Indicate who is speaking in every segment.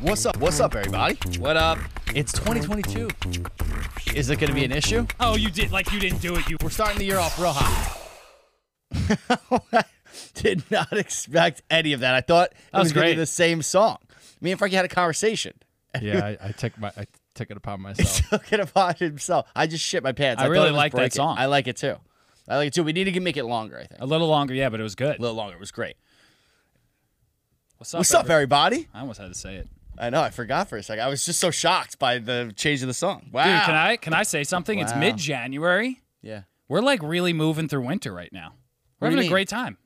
Speaker 1: What's up? What's up, everybody?
Speaker 2: What up?
Speaker 1: It's 2022. Is it going to be an issue?
Speaker 2: Oh, you did like you didn't do it. You
Speaker 1: We're starting the year off real hot. Did not expect any of that. I thought it
Speaker 2: was
Speaker 1: was, going to
Speaker 2: great.
Speaker 1: be the same song. Me and Frankie had a conversation.
Speaker 3: Yeah, I, I took my I took it upon myself.
Speaker 1: Took it upon himself. I just shit my pants.
Speaker 2: I
Speaker 1: thought
Speaker 2: really
Speaker 1: it was
Speaker 2: like that
Speaker 1: Break It.
Speaker 2: song.
Speaker 1: I like it too. I like it too. We need to make it longer. I think
Speaker 2: a little longer, yeah, but it was good.
Speaker 1: a little longer. It was great.
Speaker 2: What's up?
Speaker 1: What's up,
Speaker 2: everybody?
Speaker 1: everybody?
Speaker 2: I almost had to say it.
Speaker 1: I know. I forgot for a second. I was just so shocked by the change of the song. Wow.
Speaker 2: Dude, can I can I say something? It's
Speaker 1: Wow.
Speaker 2: mid-January.
Speaker 1: Yeah.
Speaker 2: We're like really moving through winter right now. We're
Speaker 1: What do you
Speaker 2: having a
Speaker 1: mean?
Speaker 2: great time.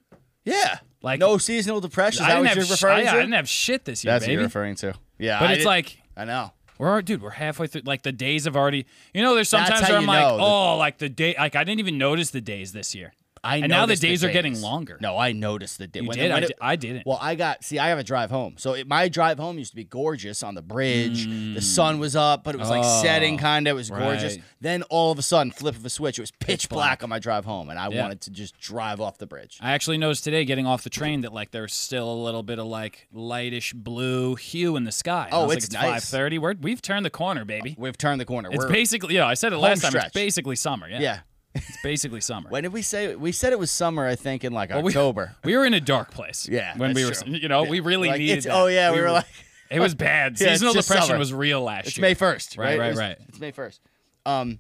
Speaker 1: Yeah.
Speaker 2: Like-
Speaker 1: no seasonal depression. Is that
Speaker 2: I didn't
Speaker 1: what
Speaker 2: have
Speaker 1: you're
Speaker 2: sh-
Speaker 1: referring
Speaker 2: I,
Speaker 1: to?
Speaker 2: I didn't have shit this year,
Speaker 1: That's what
Speaker 2: baby.
Speaker 1: you're referring to. Yeah.
Speaker 2: but
Speaker 1: I
Speaker 2: it's
Speaker 1: did-
Speaker 2: like
Speaker 1: I know.
Speaker 2: we're already, dude, we're halfway through. Like the days have already. You know, there's sometimes
Speaker 1: how
Speaker 2: where I'm
Speaker 1: you
Speaker 2: like,
Speaker 1: know that-
Speaker 2: oh, like the day. Like I didn't even notice the days this year.
Speaker 1: I
Speaker 2: and now the
Speaker 1: noticed
Speaker 2: days are getting longer.
Speaker 1: No, I noticed the day.
Speaker 2: You
Speaker 1: when
Speaker 2: did.
Speaker 1: It,
Speaker 2: I,
Speaker 1: when
Speaker 2: di-
Speaker 1: it-
Speaker 2: I didn't.
Speaker 1: well, I got see. I have a drive home, so it, my drive home used to be gorgeous on the bridge. The sun was up, but it was like
Speaker 2: Mm. Oh,
Speaker 1: setting kind of. It was gorgeous.
Speaker 2: right.
Speaker 1: Then all of a sudden, flip of a switch, it was pitch, black. on my drive home, and I
Speaker 2: Yeah.
Speaker 1: wanted to just drive off the bridge.
Speaker 2: I actually noticed today getting off the train that like there's still a little bit of like lightish blue hue in the sky. And I
Speaker 1: Oh,
Speaker 2: was like,
Speaker 1: it's
Speaker 2: it's
Speaker 1: nice.
Speaker 2: five thirty. We're we've turned the corner, baby.
Speaker 1: We've turned the corner.
Speaker 2: It's
Speaker 1: We're,
Speaker 2: basically yeah. I said it last time.
Speaker 1: stretch.
Speaker 2: It's basically summer. Yeah,
Speaker 1: yeah.
Speaker 2: It's basically summer.
Speaker 1: When did we say we said it was summer? I think in like
Speaker 2: we-
Speaker 1: October.
Speaker 2: we were in a dark place.
Speaker 1: Yeah,
Speaker 2: when we were,
Speaker 1: that's true.
Speaker 2: you know, we really
Speaker 1: Like,
Speaker 2: needed.
Speaker 1: it's-
Speaker 2: that.
Speaker 1: Oh yeah, we, were, like
Speaker 2: it was bad.
Speaker 1: Yeah, it's
Speaker 2: Seasonal
Speaker 1: just
Speaker 2: depression
Speaker 1: summer.
Speaker 2: was real last
Speaker 1: it's
Speaker 2: year.
Speaker 1: May first, right?
Speaker 2: Right, right,
Speaker 1: It was-
Speaker 2: right.
Speaker 1: It's May first. Um,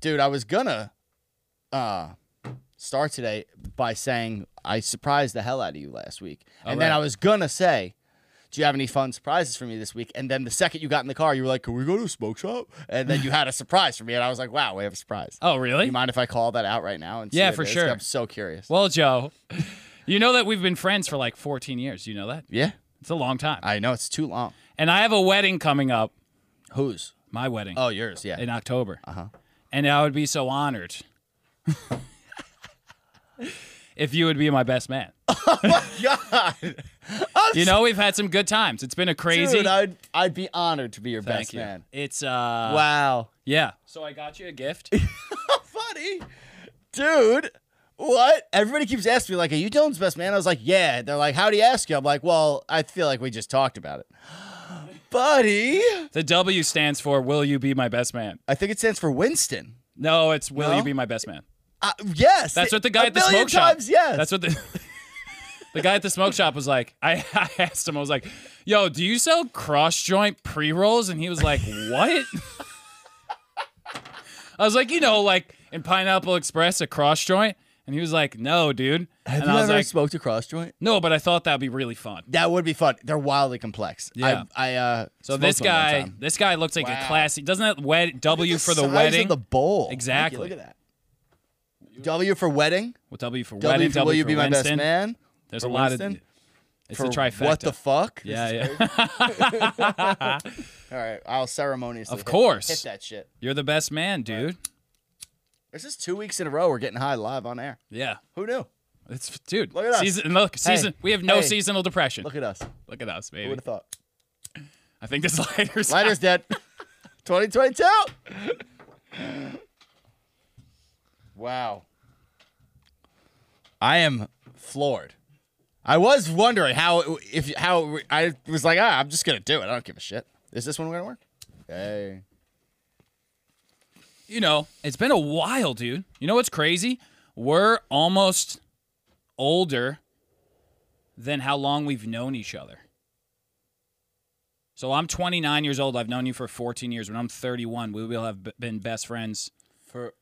Speaker 1: dude, I was gonna uh start today by saying I surprised the hell out of you last week, and then
Speaker 2: right.
Speaker 1: I was gonna say. Do you have any fun surprises for me this week? And then the second you got in the car, you were like, "Can we go to a smoke shop?" And then you had a surprise for me, and I was like, "Wow, we have a surprise."
Speaker 2: Oh really?
Speaker 1: You mind if I call that out right now? And see
Speaker 2: Yeah,
Speaker 1: what
Speaker 2: for
Speaker 1: it is?
Speaker 2: sure.
Speaker 1: I'm so curious.
Speaker 2: Well, Joe, you know that we've been friends for like 14 years. You know that
Speaker 1: yeah,
Speaker 2: it's a long time.
Speaker 1: I know it's too long.
Speaker 2: and I have a wedding coming up.
Speaker 1: Whose?
Speaker 2: My wedding.
Speaker 1: Oh, yours. Yeah.
Speaker 2: in October.
Speaker 1: Uh-huh.
Speaker 2: And I would be so honored if you would be my best man.
Speaker 1: God.
Speaker 2: You know, we've had some good times. It's been a crazy.
Speaker 1: Dude, I'd, I'd be honored to be your
Speaker 2: Thank
Speaker 1: best
Speaker 2: you.
Speaker 1: man.
Speaker 2: It's uh,
Speaker 1: Wow.
Speaker 2: yeah. So I got you a gift.
Speaker 1: Funny. Dude, what? Everybody keeps asking me, like, are you Dylan's best man? I was like, yeah. They're like, how do you ask you? I'm like, well, I feel like we just talked about it. Buddy.
Speaker 2: the W stands for Will you be my best man?
Speaker 1: I think it stands for Winston.
Speaker 2: No, it's Will
Speaker 1: No?
Speaker 2: you be my best man?
Speaker 1: Uh, yes.
Speaker 2: That's what the guy
Speaker 1: a
Speaker 2: at the
Speaker 1: million
Speaker 2: smoke
Speaker 1: times,
Speaker 2: shop.
Speaker 1: Yes.
Speaker 2: That's what the. The guy at the smoke shop was like, I, I asked him, I was like, yo, do you sell cross joint pre rolls? And he was like, what? I was like, you know, like in Pineapple Express, a cross joint. And he was like, no, dude.
Speaker 1: Have
Speaker 2: and
Speaker 1: you
Speaker 2: I was
Speaker 1: ever
Speaker 2: like,
Speaker 1: smoked a cross joint?
Speaker 2: no, but I thought that'd be really fun.
Speaker 1: That would be fun. They're wildly complex.
Speaker 2: Yeah.
Speaker 1: I, I uh.
Speaker 2: So
Speaker 1: smoked
Speaker 2: this
Speaker 1: one one
Speaker 2: guy,
Speaker 1: time.
Speaker 2: this guy looks like a
Speaker 1: Wow.
Speaker 2: classy, doesn't that wed- W for the
Speaker 1: size
Speaker 2: wedding?
Speaker 1: Of the bowl. Thank you.
Speaker 2: Exactly.
Speaker 1: Look at that. W for wedding.
Speaker 2: Well, w for
Speaker 1: W
Speaker 2: wedding,
Speaker 1: for will you
Speaker 2: for
Speaker 1: be my best
Speaker 2: Winston.
Speaker 1: man?
Speaker 2: There's
Speaker 1: For
Speaker 2: a lot of,
Speaker 1: Winston?
Speaker 2: it's
Speaker 1: for
Speaker 2: a trifecta.
Speaker 1: What the fuck? This
Speaker 2: yeah,
Speaker 1: is-
Speaker 2: yeah.
Speaker 1: All right, I'll ceremoniously.
Speaker 2: Of
Speaker 1: hit-
Speaker 2: course.
Speaker 1: Hit that shit.
Speaker 2: You're the best man, dude.
Speaker 1: This is two weeks in a row we're getting high live on air.
Speaker 2: Yeah.
Speaker 1: Who knew?
Speaker 2: It's dude.
Speaker 1: Look at us.
Speaker 2: Season, and look,
Speaker 1: Hey,
Speaker 2: season. we have no
Speaker 1: hey.
Speaker 2: seasonal depression.
Speaker 1: Look
Speaker 2: Look,
Speaker 1: at us.
Speaker 2: at us,
Speaker 1: Who
Speaker 2: baby.
Speaker 1: would have thought?
Speaker 2: I think this lighter's
Speaker 1: Lighter's dead. 2022. wow. I am floored. I was wondering how it, if how it, I was like, ah, I'm just gonna do it. I don't give a shit. Is this one gonna work? Hey.
Speaker 2: You know, it's been a while, dude. You know what's crazy? We're almost older than how long we've known each other. So I'm 29 years old. I've known you for 14 years. When I'm 31, we will have b- been best friends
Speaker 1: For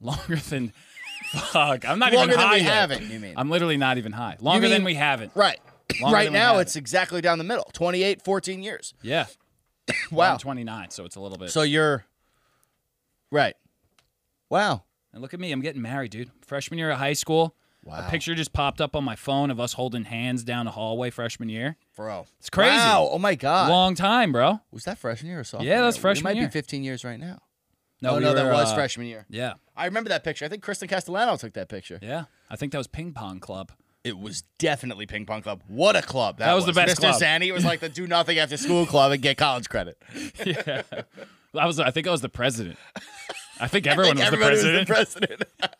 Speaker 2: longer than. Fuck, I'm not
Speaker 1: longer
Speaker 2: even
Speaker 1: than
Speaker 2: high.
Speaker 1: we
Speaker 2: yet.
Speaker 1: haven't, you mean?
Speaker 2: I'm literally not even high. Longer than
Speaker 1: mean-
Speaker 2: we haven't.
Speaker 1: Right.
Speaker 2: Longer
Speaker 1: right
Speaker 2: than we
Speaker 1: now,
Speaker 2: have
Speaker 1: it's exactly down the middle 28, 14 years.
Speaker 2: Yeah.
Speaker 1: Wow.
Speaker 2: I'm 29, so it's a little bit.
Speaker 1: so you're right. Wow.
Speaker 2: And look at me, I'm getting married, dude. Freshman year of high school.
Speaker 1: Wow.
Speaker 2: A picture just popped up on my phone of us holding hands down the hallway freshman year.
Speaker 1: Bro. It's
Speaker 2: crazy.
Speaker 1: Wow. Oh my God.
Speaker 2: Long time, bro.
Speaker 1: was that freshman year or sophomore?
Speaker 2: Yeah, that was
Speaker 1: year?
Speaker 2: freshman
Speaker 1: It might
Speaker 2: year.
Speaker 1: be 15 years right now.
Speaker 2: No,
Speaker 1: oh,
Speaker 2: we
Speaker 1: no, that
Speaker 2: were,
Speaker 1: was
Speaker 2: uh,
Speaker 1: freshman year.
Speaker 2: Yeah,
Speaker 1: I remember that picture. I think Kristen Castellano took that picture.
Speaker 2: yeah. I think that was ping pong club.
Speaker 1: It was definitely Ping Pong Club. What a club. That,
Speaker 2: That was the best
Speaker 1: Mr.
Speaker 2: club.
Speaker 1: Zanny was like the do nothing after school club and get college credit.
Speaker 2: yeah, I was. I think I was the president. I think
Speaker 1: I
Speaker 2: everyone
Speaker 1: think
Speaker 2: was, the
Speaker 1: everybody
Speaker 2: president.
Speaker 1: was the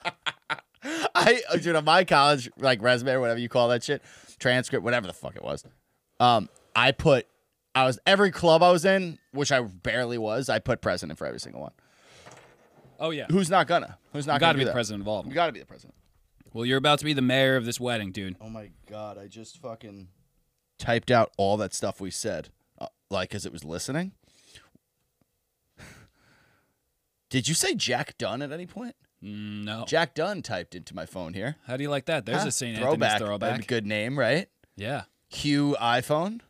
Speaker 1: president. I uh, dude on my college like resume or whatever you call that shit, transcript, whatever the fuck it was. Um, I put I was every club I was in, which I barely was. I put president for every single one.
Speaker 2: Oh yeah,
Speaker 1: Who's not gonna? Who's not
Speaker 2: got
Speaker 1: gonna
Speaker 2: to
Speaker 1: do
Speaker 2: be the
Speaker 1: that?
Speaker 2: president of all. Of
Speaker 1: You
Speaker 2: them.
Speaker 1: gotta be the president.
Speaker 2: Well, you're about to be the mayor of this wedding, dude.
Speaker 1: Oh my god! I just fucking typed out all that stuff we said, uh, like as it was listening. Did you say Jack Dunn at any point?
Speaker 2: Mm, No.
Speaker 1: Jack Dunn typed into my phone here.
Speaker 2: How do you like that? There's
Speaker 1: Huh?
Speaker 2: a St.
Speaker 1: Throwback.
Speaker 2: Anthony's throwback.
Speaker 1: A good name, right?
Speaker 2: Yeah.
Speaker 1: Q iPhone.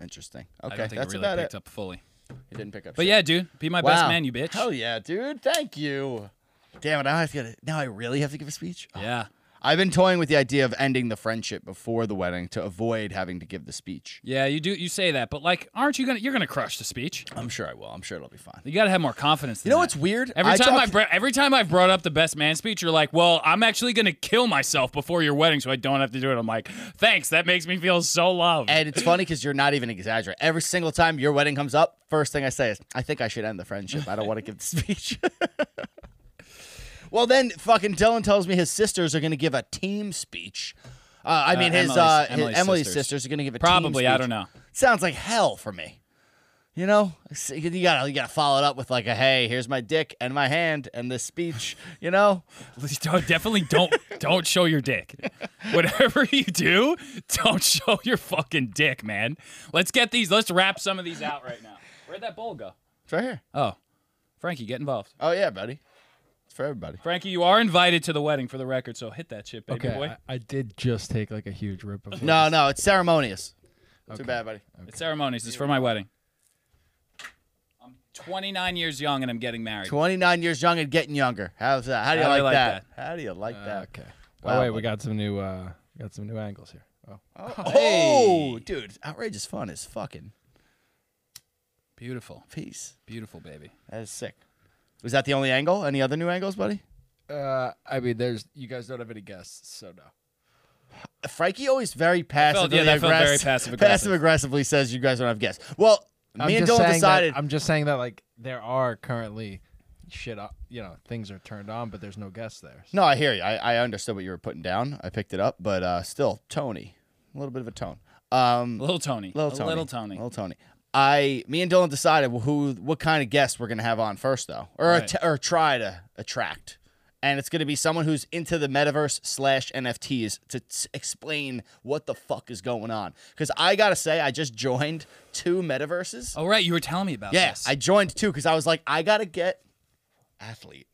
Speaker 1: Interesting.
Speaker 2: I
Speaker 1: Okay,
Speaker 2: don't think
Speaker 1: that's
Speaker 2: it really
Speaker 1: about
Speaker 2: picked
Speaker 1: it.
Speaker 2: up fully.
Speaker 1: It didn't pick up.
Speaker 2: But
Speaker 1: shit.
Speaker 2: yeah, dude, be my best man, you bitch.
Speaker 1: Hell yeah, dude. Thank you. Damn it! Now I feel it. Now I really have to give a speech. Oh.
Speaker 2: yeah.
Speaker 1: I've been toying with the idea of ending the friendship before the wedding to avoid having to give the speech.
Speaker 2: Yeah, you do you say that, but like aren't you going to you're going to crush the speech?
Speaker 1: I'm sure I will. I'm sure it'll be fine.
Speaker 2: You got to have more confidence than
Speaker 1: You know
Speaker 2: that.
Speaker 1: what's weird?
Speaker 2: Every time I
Speaker 1: talked-
Speaker 2: br- every time I've brought up the best man speech, you're like, "Well, I'm actually gonna kill myself before your wedding, so I don't have to do it." I'm like, "Thanks, that makes me feel so loved."
Speaker 1: and it's funny because you're not even exaggerating. Every single time your wedding comes up, first thing I say is, "I think I should end the friendship. I don't want to give the speech." well, then fucking Dylan tells me his sisters are going to give a team speech. Uh, I mean, his
Speaker 2: Emily's-
Speaker 1: uh, his-
Speaker 2: Emily's
Speaker 1: Emily's,
Speaker 2: sisters.
Speaker 1: sisters. are going to give a team
Speaker 2: Probably, I
Speaker 1: speech.
Speaker 2: don't know.
Speaker 1: Sounds like hell for me. You know, It's- you gotta you gotta follow it up with like a hey, here's my dick and my hand and this speech. You know,
Speaker 2: Please don't- definitely don't don't show your dick. Whatever you do, don't show your fucking dick, man. Let's get these. Let's wrap some of these out right now. Where'd that bowl go?
Speaker 1: it's right here.
Speaker 2: Oh, Frankie, get involved.
Speaker 1: Oh yeah, buddy, it's for everybody.
Speaker 2: Frankie, you are invited to the wedding for the record, so hit that shit, baby
Speaker 3: Okay,
Speaker 2: boy.
Speaker 3: I, I did just take like a huge rip of.
Speaker 1: No, no, it's ceremonious. Too bad, buddy.
Speaker 2: It's ceremonies. It's for my wedding. I'm 29 years young and I'm getting married.
Speaker 1: 29 years young and getting younger. How's that? How do you
Speaker 2: How do
Speaker 1: like,
Speaker 2: you like
Speaker 1: that? How do you like that?
Speaker 3: Uh, Okay.
Speaker 1: Wow,
Speaker 3: Oh wait, we
Speaker 1: buddy.
Speaker 3: got some new uh, we got some new angles here. Oh,
Speaker 1: Oh, oh, dude, outrageous fun is fucking
Speaker 2: Beautiful,
Speaker 1: peace.
Speaker 2: beautiful baby.
Speaker 1: That is sick. Was that the only angle? Any other new angles, buddy?
Speaker 3: uh, I mean, there's you guys don't have any guests, so no.
Speaker 1: Frankie always very passive.
Speaker 2: yeah, that felt very passive-aggressive.
Speaker 1: Passive aggressively says you guys don't have guests. Well,
Speaker 3: I'm
Speaker 1: me and
Speaker 3: just
Speaker 1: Dylan
Speaker 3: saying that-
Speaker 1: decided.
Speaker 3: I'm just saying that like there are currently shit up, you know, things are turned on, but there's no guests there.
Speaker 1: No, I hear you. I, I understood what you were putting down. I picked it up, but uh, still, Tony, a little bit of a tone. Um,
Speaker 2: Little Tony.
Speaker 1: little
Speaker 2: A
Speaker 1: Tony,
Speaker 2: Little Tony.
Speaker 1: little Tony. I, me and Dylan decided who, what kind of guest we're gonna have on first though, or
Speaker 2: Right.
Speaker 1: att- or try to attract, and it's gonna be someone who's into the metaverse slash NFTs to t- explain what the fuck is going on. Because I gotta say, I just joined two metaverses.
Speaker 2: Oh right, you were telling me about
Speaker 1: Yes,
Speaker 2: this.
Speaker 1: I joined too because I was like, I gotta get athlete.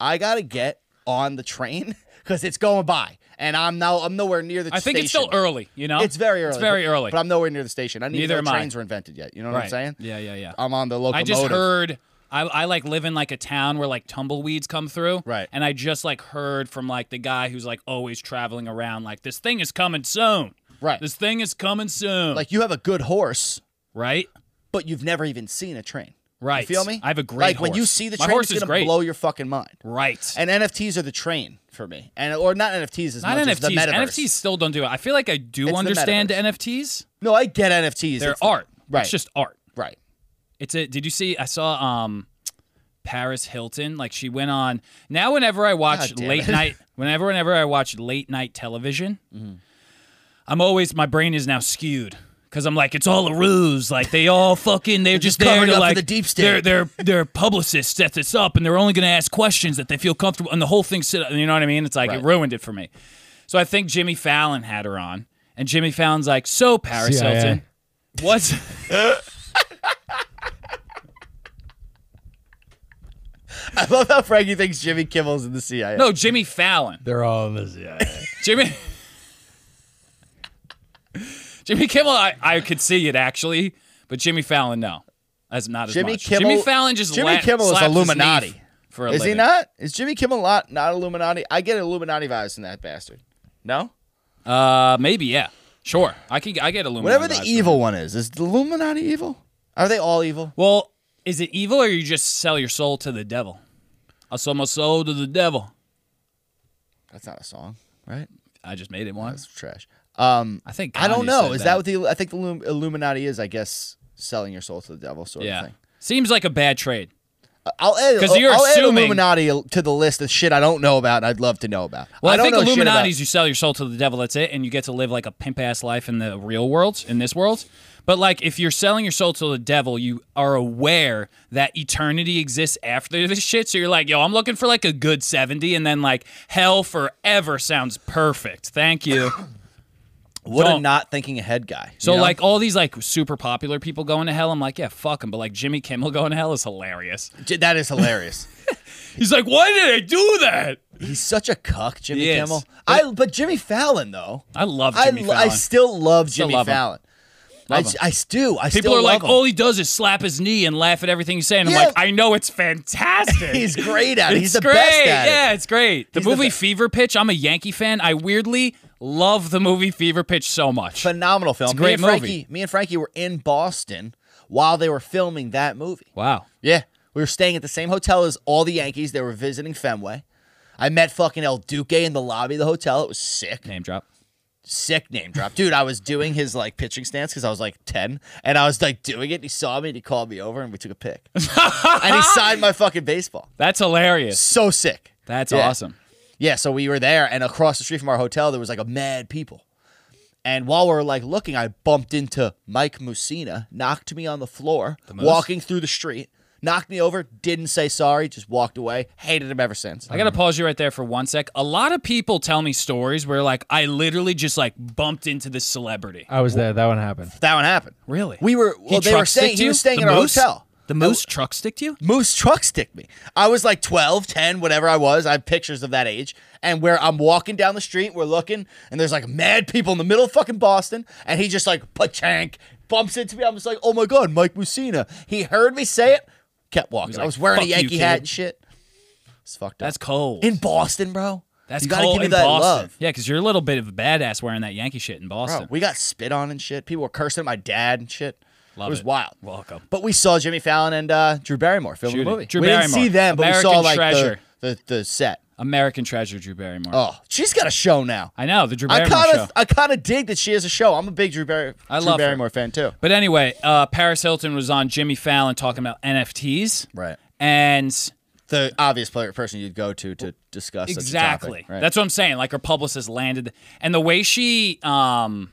Speaker 1: I gotta get on the train because it's going by, and I'm now I'm nowhere near the.
Speaker 2: I think it's still
Speaker 1: station.
Speaker 2: early. You know,
Speaker 1: It's very early.
Speaker 2: It's very
Speaker 1: but-
Speaker 2: early.
Speaker 1: but I'm nowhere near the station. I need
Speaker 2: Neither
Speaker 1: no
Speaker 2: am I.
Speaker 1: trains were invented yet. You know what I'm
Speaker 2: Right.
Speaker 1: saying?
Speaker 2: Yeah, yeah, yeah.
Speaker 1: I'm on the
Speaker 2: I
Speaker 1: locomotive.
Speaker 2: just heard. I, I like live in like a town where like tumbleweeds come through.
Speaker 1: Right.
Speaker 2: And I just like heard from like the guy who's like always traveling around like this thing is coming soon.
Speaker 1: Right.
Speaker 2: This thing is coming soon.
Speaker 1: like you have a good horse,
Speaker 2: right.
Speaker 1: but you've never even seen a train.
Speaker 2: Right.
Speaker 1: You feel me?
Speaker 2: I have a great
Speaker 1: like when you
Speaker 2: horse.
Speaker 1: see the
Speaker 2: My
Speaker 1: train,
Speaker 2: horse
Speaker 1: it's
Speaker 2: is
Speaker 1: gonna
Speaker 2: great.
Speaker 1: blow your fucking mind.
Speaker 2: Right.
Speaker 1: And NFTs are the train for me, and or not NFTs as
Speaker 2: Not
Speaker 1: much as the
Speaker 2: NFTs.
Speaker 1: metaverse.
Speaker 2: NFTs still don't do it. I feel like I do
Speaker 1: It's the
Speaker 2: understand
Speaker 1: metaverse.
Speaker 2: NFTs.
Speaker 1: No, I get NFTs.
Speaker 2: They're
Speaker 1: It's-
Speaker 2: art.
Speaker 1: Right.
Speaker 2: It's just art.
Speaker 1: Right.
Speaker 2: It's a. Did you see? I saw um, Paris Hilton. Like she went on. Now, whenever I watch
Speaker 1: God damn
Speaker 2: late
Speaker 1: it.
Speaker 2: night, whenever whenever I watch late night television,
Speaker 1: Mm-hmm.
Speaker 2: I'm always my brain is now skewed because I'm like it's all a ruse. Like they all fucking they're,
Speaker 1: just
Speaker 2: just, there
Speaker 1: covering
Speaker 2: to
Speaker 1: up for
Speaker 2: like
Speaker 1: the deep state.
Speaker 2: They're they're they're publicists set this up and they're only gonna ask questions that they feel comfortable and the whole thing sit. You know what I mean? It's like it
Speaker 1: Right.
Speaker 2: ruined it for me. So I think Jimmy Fallon had her on, and Jimmy Fallon's like, "So Paris
Speaker 3: CIA.
Speaker 2: Hilton, what's
Speaker 1: I love how Frankie thinks Jimmy Kimmel's in the CIA.
Speaker 2: no Jimmy Fallon?
Speaker 3: They're all in the CIA.
Speaker 2: Jimmy Jimmy Kimmel, I, I could see it actually, but Jimmy Fallon, no, that's not as
Speaker 1: Jimmy
Speaker 2: much.
Speaker 1: Kimmel-
Speaker 2: Jimmy Fallon just
Speaker 1: Jimmy
Speaker 2: la-
Speaker 1: Kimmel is
Speaker 2: slaps his
Speaker 1: Illuminati.
Speaker 2: knee For a
Speaker 1: is he
Speaker 2: living.
Speaker 1: not? Is Jimmy Kimmel not not Illuminati? I get Illuminati vibes from that bastard. No,
Speaker 2: Uh, maybe yeah. Sure, I can. I get Illuminati.
Speaker 1: whatever the
Speaker 2: vibes from
Speaker 1: evil one is, is the Illuminati evil? Are they all evil?
Speaker 2: it. Well, is it evil or you just sell your soul to the devil? I sold my soul to the devil.
Speaker 1: That's not a song, right?
Speaker 2: I just made it once.
Speaker 1: That's trash. Um,
Speaker 2: I think
Speaker 1: I don't
Speaker 2: Kanye
Speaker 1: know.
Speaker 2: said
Speaker 1: Is that. what the I think the Illum- Illuminati is? I guess selling your soul to the devil, sort
Speaker 2: Yeah,
Speaker 1: of thing.
Speaker 2: seems like a bad trade.
Speaker 1: I'll add,
Speaker 2: 'Cause you're
Speaker 1: I'll
Speaker 2: assuming-
Speaker 1: add Illuminati to the list of shit I don't know about. And I'd love to know about.
Speaker 2: Well, I,
Speaker 1: don't
Speaker 2: think
Speaker 1: know shit about-
Speaker 2: Illuminati is you sell your soul to the devil. That's it, and you get to live like a pimp ass life in the real world, in this world. But like, if you're selling your soul to the devil, you are aware that eternity exists after this shit. So you're like, yo, I'm looking for like a good seventy, and then like hell forever sounds perfect. Thank you.
Speaker 1: what a
Speaker 2: don't.
Speaker 1: not thinking ahead guy. you
Speaker 2: So
Speaker 1: know?
Speaker 2: like all these like super popular people going to hell, I'm like, yeah, fuck them. But like Jimmy Kimmel going to hell is hilarious.
Speaker 1: J- that is hilarious.
Speaker 2: He's like, why did I do that?
Speaker 1: He's such a cuck, Jimmy
Speaker 2: He is.
Speaker 1: Kimmel. I but Jimmy Fallon though.
Speaker 2: I love
Speaker 1: I,
Speaker 2: Jimmy
Speaker 1: lo- I
Speaker 2: Fallon.
Speaker 1: still love Jimmy
Speaker 2: love him.
Speaker 1: Fallon. I,
Speaker 2: Love him.
Speaker 1: I s- do. I still
Speaker 2: People are like,
Speaker 1: love him.
Speaker 2: all he does is slap his knee and laugh at everything he's saying. I'm
Speaker 1: Yeah.
Speaker 2: like, I know it's fantastic.
Speaker 1: He's great at it.
Speaker 2: It's
Speaker 1: He's the
Speaker 2: great.
Speaker 1: best at it.
Speaker 2: yeah, it's great. The
Speaker 1: He's the
Speaker 2: movie
Speaker 1: be-
Speaker 2: Fever Pitch. I'm a Yankee fan. I weirdly love the movie Fever Pitch so much.
Speaker 1: Phenomenal film.
Speaker 2: a great
Speaker 1: me and Frankie,
Speaker 2: movie.
Speaker 1: Me and Frankie were in Boston while they were filming that movie.
Speaker 2: wow.
Speaker 1: Yeah. We were staying at the same hotel as all the Yankees. They were visiting Fenway. I met fucking El Duque in the lobby of the hotel. It was sick.
Speaker 2: Name drop.
Speaker 1: Sick name drop. Dude, I was doing his like pitching stance because I was like 10 and I was like doing it. And he saw me and he called me over and we took a pic. and he signed my fucking baseball.
Speaker 2: That's hilarious.
Speaker 1: So sick.
Speaker 2: That's
Speaker 1: Yeah.
Speaker 2: awesome.
Speaker 1: Yeah, so we were there, and across the street from our hotel, there was like a mad people. And while we were like looking, I bumped into Mike Musina, knocked me on the floor, walking through the street, knocked me over, didn't say sorry, just walked away. Hated him ever since.
Speaker 2: I gotta pause you right there for one sec. A lot of people tell me stories where like I literally just like bumped into this celebrity.
Speaker 3: I was there. That one happened.
Speaker 1: that one happened.
Speaker 2: Really?
Speaker 1: Uh, We were
Speaker 2: He
Speaker 1: well, they were
Speaker 2: truck
Speaker 1: staying
Speaker 2: sticked
Speaker 1: he
Speaker 2: you?
Speaker 1: was staying
Speaker 2: The
Speaker 1: in our
Speaker 2: moose?
Speaker 1: hotel.
Speaker 2: The moose truck sticked you?
Speaker 1: Moose truck sticked me. I was like 12, 10, whatever I was. I have pictures of that age. And where I'm walking down the street, we're looking, and there's like mad people in the middle of fucking Boston. And he just like, pachank, bumps into me. I'm just like, oh my God, Mike Musina. He heard me say it, kept walking. I
Speaker 2: like,
Speaker 1: was wearing a
Speaker 2: "Fuck you,
Speaker 1: Yankee
Speaker 2: kid."
Speaker 1: hat and shit. It's fucked up.
Speaker 2: That's cold.
Speaker 1: in Boston, bro.
Speaker 2: That's
Speaker 1: you gotta
Speaker 2: cold
Speaker 1: give me
Speaker 2: in
Speaker 1: that
Speaker 2: Boston.
Speaker 1: love.
Speaker 2: Yeah, because you're a little bit of a badass wearing that Yankee shit in
Speaker 1: Bro,
Speaker 2: Boston.
Speaker 1: Oh, we got spit on and shit. People were cursing at my dad and shit. it
Speaker 2: Love
Speaker 1: was
Speaker 2: it.
Speaker 1: wild.
Speaker 2: Welcome.
Speaker 1: But we saw Jimmy Fallon and uh, Drew Barrymore filming the
Speaker 2: Shooting.
Speaker 1: movie.
Speaker 2: Drew
Speaker 1: we didn't
Speaker 2: Barrymore.
Speaker 1: see them, but we saw
Speaker 2: American
Speaker 1: like the,
Speaker 2: treasure.
Speaker 1: the the set.
Speaker 2: American Treasure, Drew Barrymore.
Speaker 1: Oh, she's got a show now.
Speaker 2: I know the Drew
Speaker 1: I
Speaker 2: Barrymore
Speaker 1: kind
Speaker 2: show.
Speaker 1: of I kind of dig that she has a show. I'm a big Drew, Barry,
Speaker 2: I
Speaker 1: Drew
Speaker 2: love her.
Speaker 1: Barrymore fan too.
Speaker 2: but anyway, uh, Paris Hilton was on Jimmy Fallon talking about NFTs.
Speaker 1: Right.
Speaker 2: And
Speaker 1: The obvious player, person you'd go to to discuss such a topic,
Speaker 2: exactly.
Speaker 1: right?
Speaker 2: That's what I'm saying. Like her publicist landed, and the way she um,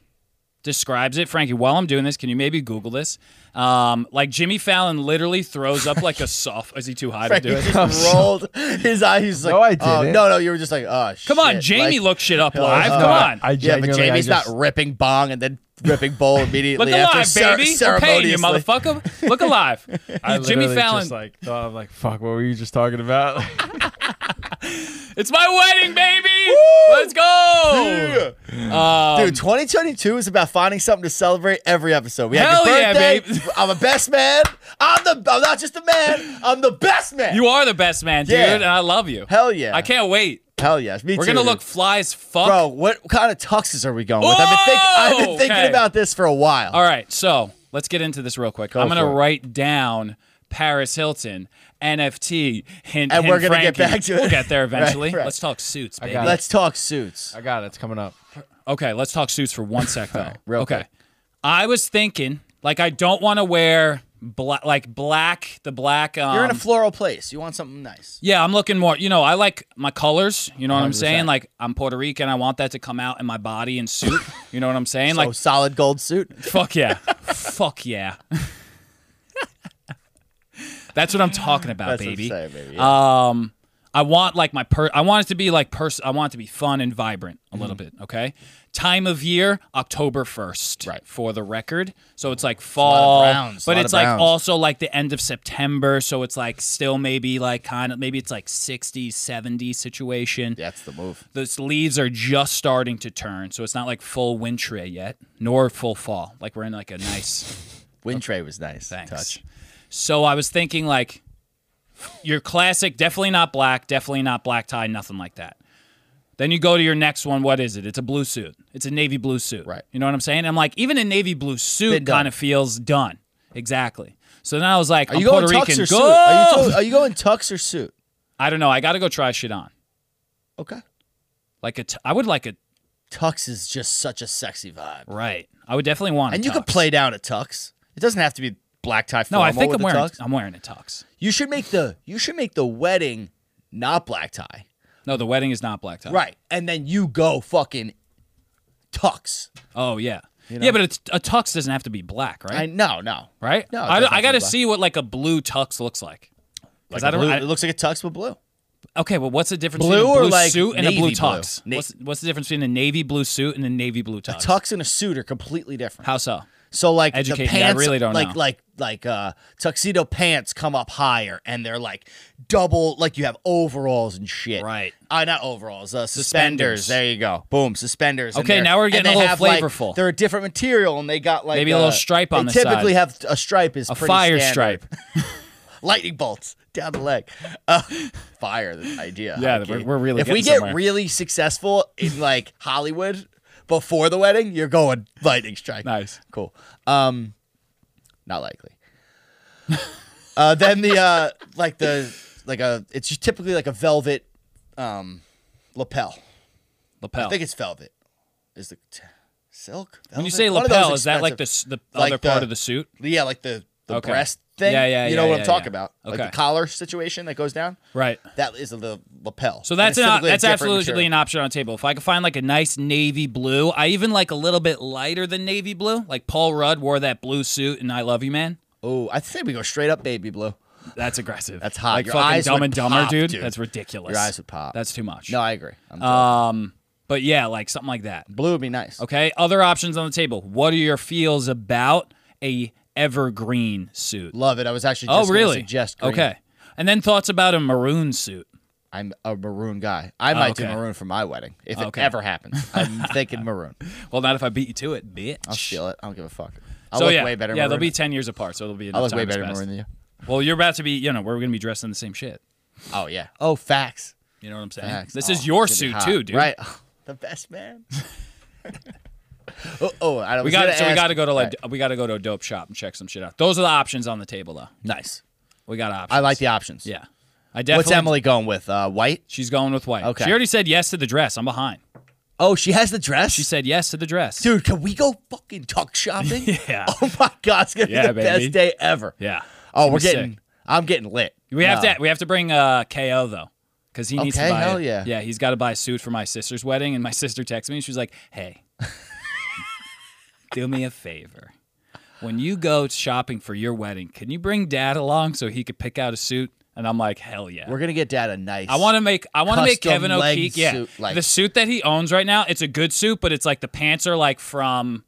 Speaker 2: describes it, Frankie. While I'm doing this, can you maybe Google this? Um, like Jimmy Fallon literally throws up like a soft. Is he too high to
Speaker 1: Frankie
Speaker 2: do it?
Speaker 1: just rolled his eyes. He's like,
Speaker 3: No, I
Speaker 1: Oh,
Speaker 3: didn't.
Speaker 1: no, no, you were just like, oh,
Speaker 2: Come on, Jamie, look shit up live.
Speaker 1: uh,
Speaker 2: Come on.
Speaker 3: I
Speaker 1: Yeah, but
Speaker 3: genuinely, I
Speaker 1: Jamie's
Speaker 3: just,
Speaker 1: not ripping bong and then ripping bowl
Speaker 2: Look
Speaker 1: immediately after.
Speaker 2: alive,
Speaker 1: cer-
Speaker 2: baby. We're paying you,
Speaker 1: ceremoniously.
Speaker 2: motherfucker. Look alive.
Speaker 3: I
Speaker 2: Jimmy
Speaker 3: literally
Speaker 2: Fallon.
Speaker 3: Just like thought, I'm like, fuck. What were you just talking about?
Speaker 2: it's my wedding, baby. Let's go. Um,
Speaker 1: Dude, 2022 is about finding something to celebrate every episode. We had
Speaker 2: Hell
Speaker 1: your
Speaker 2: yeah,
Speaker 1: birthday.
Speaker 2: babe.
Speaker 1: I'm a best man. I'm the. I'm not just a man. I'm the best man.
Speaker 2: you are the best man, dude,
Speaker 1: Yeah.
Speaker 2: and I love you.
Speaker 1: Hell yeah.
Speaker 2: I can't wait.
Speaker 1: Hell yes. Me
Speaker 2: We're
Speaker 1: too.
Speaker 2: gonna
Speaker 1: dude.
Speaker 2: look fly as fuck.
Speaker 1: Bro, what kind of tuxes are we going with? I've been, think- I've been
Speaker 2: Whoa!
Speaker 1: thinking
Speaker 2: Okay.
Speaker 1: about this for a while.
Speaker 2: All right, so let's get into this real quick. I'm gonna
Speaker 1: for it.
Speaker 2: write down Paris Hilton NFT hint,
Speaker 1: And
Speaker 2: hint,
Speaker 1: we're gonna get
Speaker 2: Frankie.
Speaker 1: back to it.
Speaker 2: We'll get there
Speaker 1: Right,
Speaker 2: eventually.
Speaker 1: right.
Speaker 2: Let's talk suits, baby.
Speaker 3: got it.
Speaker 1: Let's talk suits.
Speaker 3: I got it. It's coming up.
Speaker 2: Okay, let's talk suits for one sec though.
Speaker 1: real
Speaker 2: okay.
Speaker 1: quick.
Speaker 2: I was thinking, like, I don't want to wear black, like black, the black. Um,
Speaker 1: You're in a floral place. You want something nice.
Speaker 2: yeah, I'm looking more. You know, I like my colors. You know what i am
Speaker 1: 100%.
Speaker 2: saying? Like, I'm Puerto Rican. I want that to come out in my body and suit. You know what I'm saying?
Speaker 1: oh,
Speaker 2: Like,
Speaker 1: solid gold suit.
Speaker 2: fuck yeah, fuck yeah. That's what I'm talking about,
Speaker 1: That's
Speaker 2: baby.
Speaker 1: what I'm saying, baby.
Speaker 2: Um, I want like my per. I want it to be like pers. I want it to be fun and vibrant a
Speaker 1: Mm.
Speaker 2: little bit. Okay. Time of year October first.
Speaker 1: Right.
Speaker 2: For the record, so it's like fall,
Speaker 1: browns,
Speaker 2: but
Speaker 1: lot
Speaker 2: it's
Speaker 1: of
Speaker 2: like
Speaker 1: browns.
Speaker 2: also like the end of September, so it's like still maybe like kind of maybe it's like 60s, 70s situation.
Speaker 1: That's the move.
Speaker 2: Those leaves are just starting to turn, so it's not like full winter yet, nor full fall. Like we're in like a nice
Speaker 1: Wind tray was nice.
Speaker 2: Thanks.
Speaker 1: Touch.
Speaker 2: So I was thinking like your classic, definitely not black, definitely not black tie, nothing like that. Then you go to your next one. What is it? It's a blue suit. It's a navy blue suit.
Speaker 1: Right.
Speaker 2: You know what I'm saying? I'm like, even a navy blue suit
Speaker 1: Been done.
Speaker 2: kind of feels done. Exactly. So then I was like,
Speaker 1: Are
Speaker 2: I'm
Speaker 1: you going
Speaker 2: Puerto
Speaker 1: tux
Speaker 2: Rican.
Speaker 1: or
Speaker 2: go!
Speaker 1: suit? Are you, to- are you going tux or suit?
Speaker 2: I don't know. I got to go try shit on.
Speaker 1: Okay.
Speaker 2: Like a, t- I would like a
Speaker 1: Tux is just such a sexy vibe.
Speaker 2: right. I would definitely want. a
Speaker 1: And you
Speaker 2: tux.
Speaker 1: could play down a tux. It doesn't have to be black tie
Speaker 2: No,
Speaker 1: formal
Speaker 2: I think
Speaker 1: with
Speaker 2: I'm
Speaker 1: the
Speaker 2: wearing
Speaker 1: tux.
Speaker 2: I'm wearing a tux.
Speaker 1: You should make the you should make the wedding not black tie.
Speaker 2: No, the wedding is not black tie.
Speaker 1: Right. And then you go fucking tux.
Speaker 2: Oh yeah. Yeah, but it's, a tux doesn't have to be black, right?
Speaker 1: I no, no.
Speaker 2: right?
Speaker 1: No, it doesn't have
Speaker 2: I,
Speaker 1: to
Speaker 2: got
Speaker 1: be
Speaker 2: to
Speaker 1: black.
Speaker 2: see what like a blue tux looks like. 'Cause
Speaker 1: Like
Speaker 2: I
Speaker 1: a
Speaker 2: don't-
Speaker 1: blue-
Speaker 2: I-
Speaker 1: it looks like a tux with blue.
Speaker 2: Okay, well, what's the difference
Speaker 1: Blue
Speaker 2: between a
Speaker 1: or,
Speaker 2: blue
Speaker 1: like,
Speaker 2: suit and a
Speaker 1: navy
Speaker 2: blue
Speaker 1: blue?
Speaker 2: tux?
Speaker 1: Na-
Speaker 2: What's, what's the difference between a navy blue suit and a navy blue tux?
Speaker 1: Tux and a suit are completely different.
Speaker 2: How so?
Speaker 1: So like
Speaker 2: Educate
Speaker 1: the
Speaker 2: me, I
Speaker 1: pants,
Speaker 2: really don't
Speaker 1: like
Speaker 2: know.
Speaker 1: like like uh, tuxedo pants come up higher, and they're like double, like you have overalls and shit.
Speaker 2: Right.
Speaker 1: Uh, not overalls, uh, suspenders.
Speaker 2: Suspenders.
Speaker 1: There you go. Boom, suspenders. and
Speaker 2: Okay,
Speaker 1: they're-
Speaker 2: now we're
Speaker 1: and
Speaker 2: getting a
Speaker 1: they
Speaker 2: little
Speaker 1: have, like-
Speaker 2: flavorful.
Speaker 1: they're a different material, and they got like
Speaker 2: Maybe a little
Speaker 1: uh,
Speaker 2: stripe on
Speaker 1: they
Speaker 2: the
Speaker 1: typically
Speaker 2: side.
Speaker 1: have a stripe is
Speaker 2: A fire stripe.
Speaker 1: lightning bolts down the leg. Uh, fire the idea.
Speaker 2: Yeah,
Speaker 1: Okay.
Speaker 2: we're- we're really
Speaker 1: If we
Speaker 2: getting
Speaker 1: get
Speaker 2: somewhere.
Speaker 1: really successful in like Hollywood before the wedding, you're going lightning strike.
Speaker 2: Nice.
Speaker 1: cool. Um, not likely. uh, then the uh, like the like a it's just typically like a velvet um lapel.
Speaker 2: Lapel.
Speaker 1: I think it's velvet. Is the t- silk?
Speaker 2: when you
Speaker 1: Velvet?
Speaker 2: say
Speaker 1: One of those
Speaker 2: lapel, is that like the
Speaker 1: expensive-
Speaker 2: s- the
Speaker 1: Like
Speaker 2: other part
Speaker 1: the-
Speaker 2: of the suit?
Speaker 1: yeah, like the the
Speaker 2: Okay.
Speaker 1: breast thing.
Speaker 2: Yeah, yeah,
Speaker 1: You know
Speaker 2: yeah,
Speaker 1: what
Speaker 2: yeah,
Speaker 1: I'm talking
Speaker 2: yeah.
Speaker 1: about?
Speaker 2: Okay.
Speaker 1: Like the collar situation that goes down.
Speaker 2: Right.
Speaker 1: That is the lapel.
Speaker 2: So
Speaker 1: And
Speaker 2: that's
Speaker 1: it's
Speaker 2: an,
Speaker 1: typically a
Speaker 2: that's
Speaker 1: different
Speaker 2: absolutely
Speaker 1: material.
Speaker 2: an option on the table. If I could find like a nice navy blue, I even like a little bit lighter than navy blue. Like Paul Rudd wore that blue suit and I Love You Man.
Speaker 1: Oh, I think we go straight up, baby blue.
Speaker 2: That's aggressive.
Speaker 1: That's hot.
Speaker 2: Like
Speaker 1: Your
Speaker 2: fucking
Speaker 1: eyes
Speaker 2: Dumb
Speaker 1: would
Speaker 2: and Dumber,
Speaker 1: pop,
Speaker 2: dude.
Speaker 1: dude.
Speaker 2: That's ridiculous.
Speaker 1: Your eyes would pop.
Speaker 2: That's too much.
Speaker 1: No, I agree. I'm joking.
Speaker 2: Um, but yeah, like something like that.
Speaker 1: blue would be nice.
Speaker 2: Okay. Other options on the table. What are your feels about a evergreen suit?
Speaker 1: Love it. I was actually
Speaker 2: oh,
Speaker 1: just gonna
Speaker 2: really?
Speaker 1: suggest green.
Speaker 2: Okay. And then thoughts about a maroon suit.
Speaker 1: I'm a maroon guy. I might do
Speaker 2: okay.
Speaker 1: maroon for my wedding if
Speaker 2: Okay.
Speaker 1: it ever happens. I'm thinking maroon.
Speaker 2: Well, not if I beat you to it, bitch.
Speaker 1: I'll steal it. I don't give a fuck. I
Speaker 2: so
Speaker 1: look
Speaker 2: yeah,
Speaker 1: way better.
Speaker 2: Yeah,
Speaker 1: maroon.
Speaker 2: they'll be ten years apart, so it'll be.
Speaker 1: I
Speaker 2: enough
Speaker 1: look way
Speaker 2: time to
Speaker 1: better
Speaker 2: pass.
Speaker 1: maroon than you.
Speaker 2: Well, you're about to be. You know, we're gonna be dressed in the same shit.
Speaker 1: Oh yeah. Oh facts.
Speaker 2: You know what I'm saying?
Speaker 1: Facts.
Speaker 2: This
Speaker 1: Oh,
Speaker 2: is your
Speaker 1: it's gonna be
Speaker 2: suit
Speaker 1: hot.
Speaker 2: too, dude.
Speaker 1: Right. The best man. oh, oh, I was
Speaker 2: We got.
Speaker 1: gonna
Speaker 2: So we
Speaker 1: ask-
Speaker 2: got to go to like.
Speaker 1: Right.
Speaker 2: We got to go to a dope shop and check some shit out. Those are the options on the table, though.
Speaker 1: Nice.
Speaker 2: We got options.
Speaker 1: I like the options.
Speaker 2: Yeah, I definitely.
Speaker 1: What's Emily going with? Uh, white.
Speaker 2: She's going with white.
Speaker 1: Okay.
Speaker 2: She already said yes to the dress. I'm behind.
Speaker 1: Oh, she has the dress.
Speaker 2: She said yes to the dress.
Speaker 1: dude, can we go fucking tuck shopping?
Speaker 2: Yeah.
Speaker 1: Oh my god, it's gonna
Speaker 2: Yeah,
Speaker 1: be the
Speaker 2: baby.
Speaker 1: best day ever.
Speaker 2: Yeah.
Speaker 1: Oh,
Speaker 2: It's
Speaker 1: we're
Speaker 2: gonna be
Speaker 1: getting.
Speaker 2: sick.
Speaker 1: I'm getting lit.
Speaker 2: We have
Speaker 1: No.
Speaker 2: to. We have to bring uh, Ko though, because he needs
Speaker 1: Okay,
Speaker 2: to buy.
Speaker 1: hell
Speaker 2: it.
Speaker 1: yeah.
Speaker 2: Yeah, he's got to buy a suit for my sister's wedding, and my sister texts me and she's like, "Hey, do me a favor." When you go shopping for your wedding, can you bring dad along so he could pick out a suit? And I'm like, hell yeah.
Speaker 1: We're gonna get dad a nice.
Speaker 2: I want to make I want to make
Speaker 1: Custom
Speaker 2: Kevin
Speaker 1: leg
Speaker 2: O'Keefe. Yeah,
Speaker 1: suit, like-
Speaker 2: the suit that he owns right now. It's a good suit, but it's like the pants are like from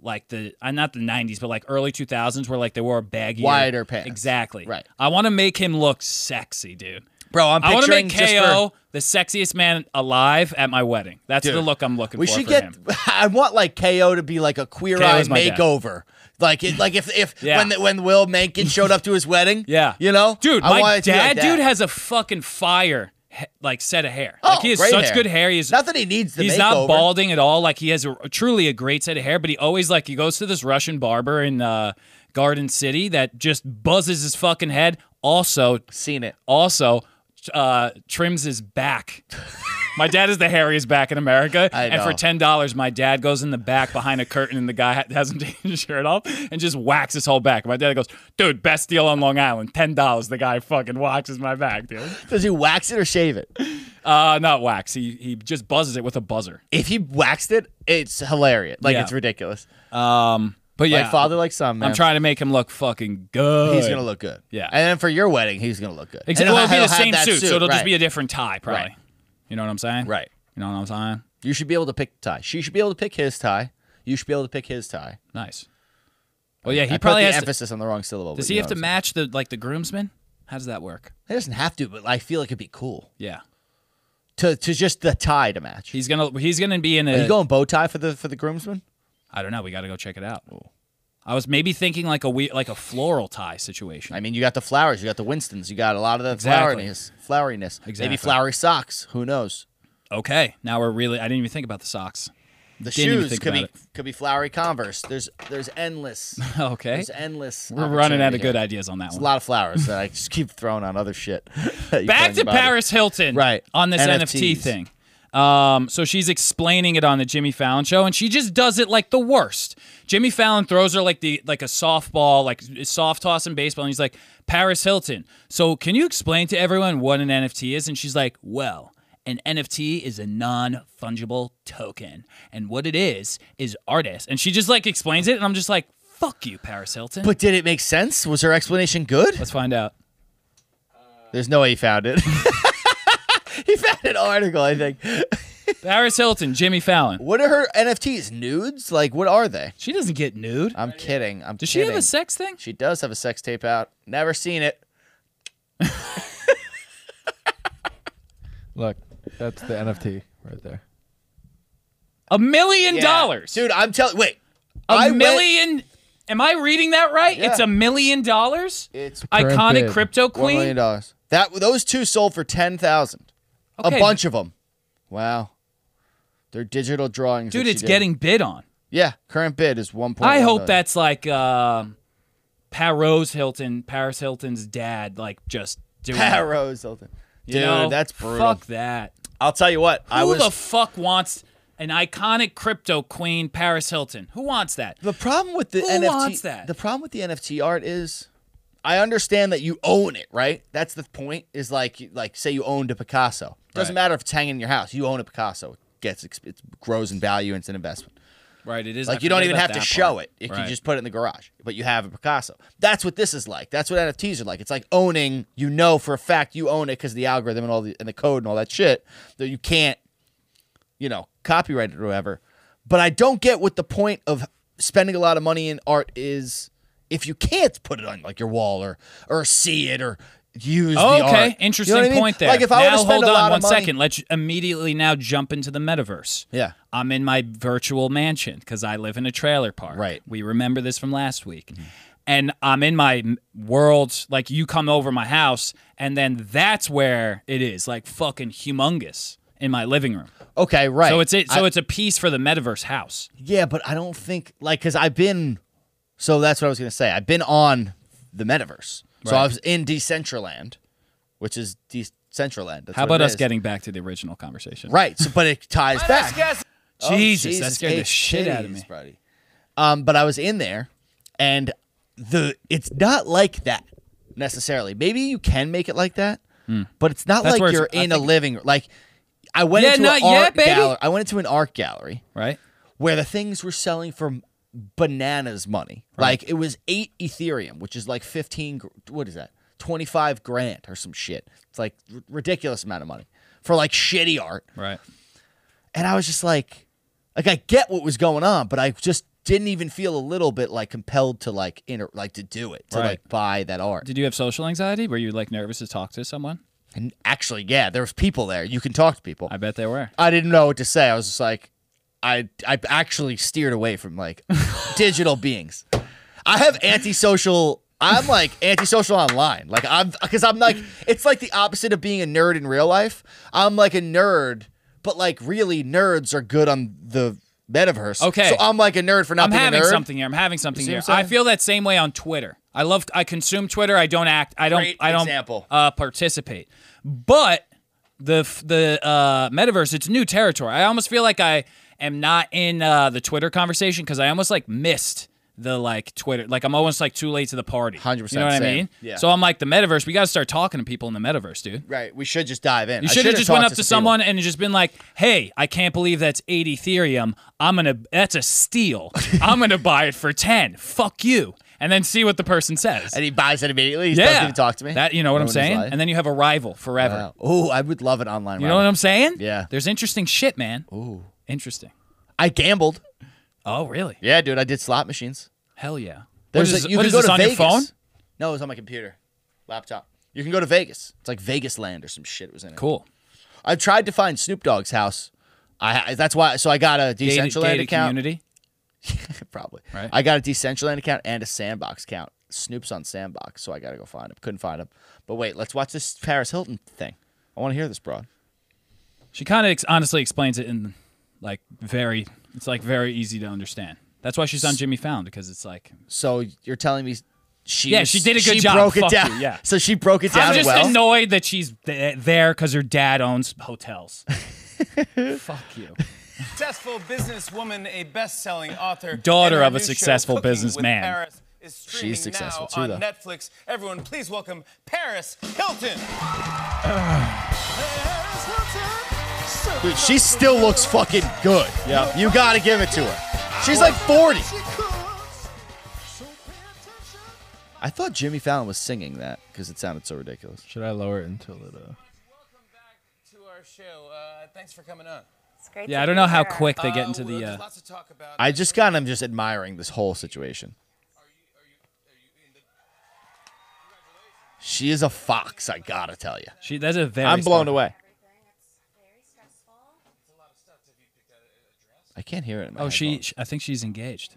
Speaker 2: like the uh, not the '90s, but like early 2000s, where like they wore baggy
Speaker 1: Wider pants.
Speaker 2: Exactly.
Speaker 1: Right.
Speaker 2: I want to make him look sexy, dude.
Speaker 1: bro. I'm
Speaker 2: I want to
Speaker 1: picturing
Speaker 2: make
Speaker 1: just
Speaker 2: KO the sexiest man alive at my wedding. That's
Speaker 1: Dude,
Speaker 2: the look I'm looking
Speaker 1: for- we
Speaker 2: for.
Speaker 1: should
Speaker 2: for
Speaker 1: get.
Speaker 2: him.
Speaker 1: I want like KO to be like a queer
Speaker 2: KO
Speaker 1: eye
Speaker 2: is my dad.
Speaker 1: makeover. Like it, like if if
Speaker 2: Yeah.
Speaker 1: when the, when Will Mankin showed up to his wedding.
Speaker 2: Yeah.
Speaker 1: You know,
Speaker 2: Dude,
Speaker 1: I want
Speaker 2: my
Speaker 1: it to be
Speaker 2: dad,
Speaker 1: like that.
Speaker 2: dude, has a fucking fire, he- like, set of hair.
Speaker 1: Oh,
Speaker 2: like, he has
Speaker 1: great
Speaker 2: such
Speaker 1: hair.
Speaker 2: good hair. He's,
Speaker 1: Not that he needs the
Speaker 2: he's
Speaker 1: makeover.
Speaker 2: not balding at all. Like, he has a, truly a great set of hair, but he always, like, he goes to this Russian barber in uh, Garden City that just buzzes his fucking head. Also,
Speaker 1: Seen it.
Speaker 2: also uh, trims his back. my dad is the hairiest back in America,
Speaker 1: I
Speaker 2: and for
Speaker 1: know.
Speaker 2: ten dollars, my dad goes in the back behind a curtain, and the guy ha- hasn't taken his shirt off and just whacks his whole back. My dad goes, "Dude, best deal on Long Island, ten dollars." The guy fucking waxes my back, dude.
Speaker 1: Does he wax it or shave it?
Speaker 2: Uh, not wax. He he just buzzes it with a buzzer.
Speaker 1: If he waxed it, it's hilarious. Like
Speaker 2: Yeah.
Speaker 1: it's ridiculous.
Speaker 2: Um, but yeah,
Speaker 1: Like father, like son, man.
Speaker 2: I'm trying to make him look fucking good.
Speaker 1: He's gonna look good.
Speaker 2: Yeah.
Speaker 1: And then for your wedding, he's gonna look good. And
Speaker 2: exactly. Well, it'll
Speaker 1: he'll-
Speaker 2: be the
Speaker 1: he'll have
Speaker 2: same
Speaker 1: that
Speaker 2: suit, so it'll
Speaker 1: right.
Speaker 2: just be a different tie, probably.
Speaker 1: Right.
Speaker 2: You know what I'm saying?
Speaker 1: Right.
Speaker 2: You know what I'm saying?
Speaker 1: You should be able to pick the tie. She should be able to pick his tie. You should be able to pick his tie.
Speaker 2: Nice. Well, yeah, he
Speaker 1: I put
Speaker 2: probably
Speaker 1: the
Speaker 2: has. to-
Speaker 1: emphasis on the wrong syllable.
Speaker 2: Does
Speaker 1: but
Speaker 2: he
Speaker 1: you
Speaker 2: have
Speaker 1: know
Speaker 2: to
Speaker 1: what I'm
Speaker 2: match the like the groomsman? How does that work?
Speaker 1: saying. He doesn't have to, but I feel like it'd be cool
Speaker 2: Yeah,
Speaker 1: to to just the tie to match.
Speaker 2: he's gonna he's gonna be in
Speaker 1: Are
Speaker 2: a.
Speaker 1: you going bow tie for the for the groomsman?
Speaker 2: I don't know. We got to go check it out. I was maybe thinking like a weird like a floral tie situation.
Speaker 1: I mean, you got the flowers, you got the Winstons, you got a lot of the
Speaker 2: Exactly.
Speaker 1: floweriness, floweriness.
Speaker 2: Exactly.
Speaker 1: Maybe flowery socks. Who knows?
Speaker 2: Okay, now we're really. I didn't even think about the socks.
Speaker 1: The
Speaker 2: Didn't even
Speaker 1: shoes
Speaker 2: think
Speaker 1: could be
Speaker 2: about
Speaker 1: could be flowery Converse. There's there's endless.
Speaker 2: Okay,
Speaker 1: There's endless.
Speaker 2: we're running
Speaker 1: opportunity
Speaker 2: out of
Speaker 1: here.
Speaker 2: good ideas on that
Speaker 1: It's
Speaker 2: one.
Speaker 1: a lot of flowers that I just keep throwing on other shit. that you
Speaker 2: Back
Speaker 1: find
Speaker 2: to
Speaker 1: about it.
Speaker 2: Paris Hilton,
Speaker 1: Right.
Speaker 2: On this NFT
Speaker 1: NFTs.
Speaker 2: thing, Um, so she's explaining it on the Jimmy Fallon show, and she just does it like the worst. Jimmy Fallon throws her like the like a softball, like soft toss in baseball, and he's like Paris Hilton. So can you explain to everyone what an NFT is? And she's like, well. An NFT is a non fungible token. And what it is, is artists. And she just like explains it. And I'm just like, fuck you, Paris Hilton.
Speaker 1: But did it make sense? Was her explanation good?
Speaker 2: Let's find out.
Speaker 1: There's no way he found it. he found an article, I think.
Speaker 2: Paris Hilton, Jimmy Fallon.
Speaker 1: What are her NFTs? Nudes? Like, what are they?
Speaker 2: She doesn't get nude.
Speaker 1: I'm kidding. I'm
Speaker 2: Does she
Speaker 1: kidding.
Speaker 2: have a sex thing?
Speaker 1: She does have a sex tape out. Never seen it.
Speaker 3: Look, that's the NFT right there.
Speaker 2: A million
Speaker 1: Yeah.
Speaker 2: dollars.
Speaker 1: dude. I'm telling. Wait,
Speaker 2: a
Speaker 1: I went-
Speaker 2: million. Am I reading that right?
Speaker 1: Yeah.
Speaker 2: It's a million dollars.
Speaker 1: it's
Speaker 3: Current
Speaker 2: Iconic
Speaker 3: bid.
Speaker 2: crypto
Speaker 1: one
Speaker 2: queen.
Speaker 1: million dollars. That those two sold for ten thousand.
Speaker 2: Okay.
Speaker 1: A bunch of them. Wow. They're digital drawings.
Speaker 2: Dude,
Speaker 1: that she
Speaker 2: it's
Speaker 1: did.
Speaker 2: getting bid on.
Speaker 1: Yeah, current bid is one point.
Speaker 2: I hope that's like um Paros Hilton, Paris Hilton's dad, like just doing. it.
Speaker 1: Arrows. Dude,
Speaker 2: You know?
Speaker 1: that's brutal.
Speaker 2: Fuck that.
Speaker 1: I'll tell you what. I
Speaker 2: Who
Speaker 1: was
Speaker 2: the fuck wants an iconic crypto queen, Paris Hilton? Who wants that?
Speaker 1: The problem with the
Speaker 2: Who
Speaker 1: NFT,
Speaker 2: wants that?
Speaker 1: the problem with the NFT art is, I understand that you own it, right? That's the point. Is like, like say you owned a Picasso. Doesn't
Speaker 2: Right.
Speaker 1: matter if it's hanging in your house. You own a Picasso. It gets ex- it grows in value. and It's an investment.
Speaker 2: Right, it is.
Speaker 1: Like
Speaker 2: I
Speaker 1: you don't
Speaker 2: forget
Speaker 1: even
Speaker 2: about
Speaker 1: have to
Speaker 2: that
Speaker 1: show
Speaker 2: part.
Speaker 1: it. If
Speaker 2: Right.
Speaker 1: you just put it in the garage, but you have a Picasso. That's what this is like. That's what NFTs are like. It's like owning. You know for a fact you own it because the algorithm and all the and the code and all that shit that you can't, you know, copyright it or whatever. But I don't get what the point of spending a lot of money in art is if you can't put it on like your wall or or see it or use
Speaker 2: Oh,
Speaker 1: the art.
Speaker 2: okay,
Speaker 1: You know
Speaker 2: interesting
Speaker 1: what I mean?
Speaker 2: point there.
Speaker 1: Like if
Speaker 2: now,
Speaker 1: I were to spend
Speaker 2: hold
Speaker 1: a
Speaker 2: on
Speaker 1: lot
Speaker 2: one
Speaker 1: of money,
Speaker 2: second. Let's immediately now jump into the metaverse.
Speaker 1: Yeah.
Speaker 2: I'm in my virtual mansion because I live in a trailer park.
Speaker 1: Right.
Speaker 2: We remember this from last week. And I'm in my m- world, like you come over my house, and then that's where it is, like fucking humongous in my living room.
Speaker 1: Okay, right.
Speaker 2: So it's it. So
Speaker 1: I-
Speaker 2: it's a piece for the metaverse house.
Speaker 1: Yeah, but I don't think like because I've been. So that's what I was gonna say. I've been on the metaverse. So
Speaker 2: Right.
Speaker 1: I was in Decentraland, which is Decentraland. That's
Speaker 2: How
Speaker 1: what
Speaker 2: about
Speaker 1: it
Speaker 2: us
Speaker 1: is.
Speaker 2: getting back to the original conversation?
Speaker 1: right? So, but it ties back. Oh,
Speaker 2: Jesus, that scared the
Speaker 1: H
Speaker 2: shit out of
Speaker 1: titties,
Speaker 2: me.
Speaker 1: buddy. Um, but I was in there, and the it's not like that necessarily. Maybe you can make it like that, but it's not
Speaker 2: Hmm. That's where
Speaker 1: like
Speaker 2: it's-
Speaker 1: you're
Speaker 2: I
Speaker 1: in a living like. I went
Speaker 2: Yeah,
Speaker 1: into
Speaker 2: not
Speaker 1: an art
Speaker 2: yet, baby.
Speaker 1: gallery. I went into an art gallery
Speaker 2: Right.
Speaker 1: where the things were selling for bananas money. Like it was eight Ethereum, which is like 15, gr- what is that? 25 grand or some shit. It's like r- ridiculous amount of money for like shitty art.
Speaker 2: Right.
Speaker 1: And I was just like, like I get what was going on, but I just didn't even feel a little bit like compelled to like inter- like to do it to
Speaker 2: Right.
Speaker 1: like buy that art.
Speaker 2: Did you have social anxiety? Were you like nervous to talk to someone?
Speaker 1: And actually, yeah, there was people there. You can talk to people.
Speaker 2: I bet they were.
Speaker 1: I didn't know what to say. I was just like, I I actually steered away from like digital beings. I have antisocial. I'm like antisocial online. Like I'm because I'm like it's like the opposite of being a nerd in real life. I'm like a nerd, but like really nerds are good on the metaverse.
Speaker 2: Okay.
Speaker 1: so I'm like a nerd for not
Speaker 2: I'm
Speaker 1: being
Speaker 2: having
Speaker 1: a nerd.
Speaker 2: something here. I'm having something
Speaker 1: see
Speaker 2: here.
Speaker 1: what I'm
Speaker 2: I
Speaker 1: saying?
Speaker 2: feel that same way on Twitter. I love. I consume Twitter. I don't act. I don't.
Speaker 1: Great
Speaker 2: I don't
Speaker 1: example.
Speaker 2: Uh, participate. But the f- the uh, metaverse, it's new territory. I almost feel like I am not in uh, the Twitter conversation because I almost like missed the like Twitter. Like I'm almost like too late to the party.
Speaker 1: 100%
Speaker 2: You know what I
Speaker 1: same.
Speaker 2: mean?
Speaker 1: Yeah.
Speaker 2: So I'm like the metaverse. We got to start talking to people in the metaverse, dude.
Speaker 1: Right, we should just dive in.
Speaker 2: You should have just went up to someone
Speaker 1: People.
Speaker 2: and just been like, "Hey, I can't believe that's 80 Ethereum. I'm gonna that's a steal. I'm gonna buy it for 10. Fuck you." And then see what the person says.
Speaker 1: And he buys it immediately. He
Speaker 2: yeah,
Speaker 1: doesn't even talk to me.
Speaker 2: That you know what I'm
Speaker 1: Ruined his
Speaker 2: saying.
Speaker 1: life.
Speaker 2: And then you have a rival forever.
Speaker 1: Wow. Oh, I would love an online.
Speaker 2: You know what I'm saying?
Speaker 1: Yeah.
Speaker 2: There's interesting shit, man. Ooh. Interesting.
Speaker 1: I gambled.
Speaker 2: Oh, really?
Speaker 1: Yeah, dude, I did slot machines.
Speaker 2: Hell yeah.
Speaker 1: There's
Speaker 2: what is,
Speaker 1: a-
Speaker 2: this-
Speaker 1: you
Speaker 2: what
Speaker 1: can
Speaker 2: is
Speaker 1: go
Speaker 2: this
Speaker 1: to
Speaker 2: on
Speaker 1: Vegas.
Speaker 2: your phone?
Speaker 1: No, it was on my computer, laptop. You can go to Vegas. It's like Vegas Land or some shit was in it.
Speaker 2: Cool.
Speaker 1: I've tried to find Snoop Dogg's house. I I- that's why. So I got a
Speaker 2: Gated,
Speaker 1: Decentraland
Speaker 2: gated
Speaker 1: account.
Speaker 2: community.
Speaker 1: Probably.
Speaker 2: Right.
Speaker 1: I got a Decentraland account and a Sandbox account. Snoop's on Sandbox, so I gotta go find him. Couldn't find him. But wait, let's watch this Paris Hilton thing. I want to hear this, broad.
Speaker 2: She kind of ex- honestly explains it in like very. It's like very easy to understand. That's why she's on Jimmy Fallon because it's like
Speaker 1: So you're telling me she
Speaker 2: Yeah,
Speaker 1: was-
Speaker 2: she did a good
Speaker 1: she
Speaker 2: job.
Speaker 1: Broke it
Speaker 2: Fuck
Speaker 1: down.
Speaker 2: you, yeah.
Speaker 1: So she broke it down
Speaker 2: I'm just
Speaker 1: well.
Speaker 2: annoyed that she's th- there because her dad owns hotels. Fuck you.
Speaker 4: successful businesswoman, a best-selling author,
Speaker 2: Daughter
Speaker 4: and her
Speaker 2: of a
Speaker 4: new show,
Speaker 2: successful
Speaker 4: Cooking with
Speaker 2: businessman.
Speaker 4: Paris is streaming
Speaker 1: She's successful
Speaker 4: now
Speaker 1: too,
Speaker 4: on
Speaker 1: though.
Speaker 4: Netflix. Everyone, please welcome Paris Hilton.
Speaker 1: Dude, she still looks fucking good. Yeah. You gotta give it to her. She's like 40. I thought Jimmy Fallon was singing that because it sounded so ridiculous.
Speaker 3: Should I lower it until it? Uh...
Speaker 4: Welcome back to our show. Uh, thanks for coming on.
Speaker 5: It's great
Speaker 2: Yeah,
Speaker 5: to
Speaker 2: I don't know
Speaker 5: be
Speaker 2: how
Speaker 5: here.
Speaker 2: quick they get
Speaker 4: Uh,
Speaker 2: into
Speaker 4: well,
Speaker 2: the.
Speaker 4: there's
Speaker 5: Oh,
Speaker 2: Uh,
Speaker 4: lots to talk about.
Speaker 1: I just got him just admiring this whole situation. She is a fox, I gotta tell you.
Speaker 2: she, that's a very.
Speaker 1: I'm blown
Speaker 2: smart-
Speaker 1: away.
Speaker 5: It's very stressful.
Speaker 1: I can't hear it. In my
Speaker 2: Oh, she,
Speaker 1: headphones.
Speaker 2: she. I think she's engaged.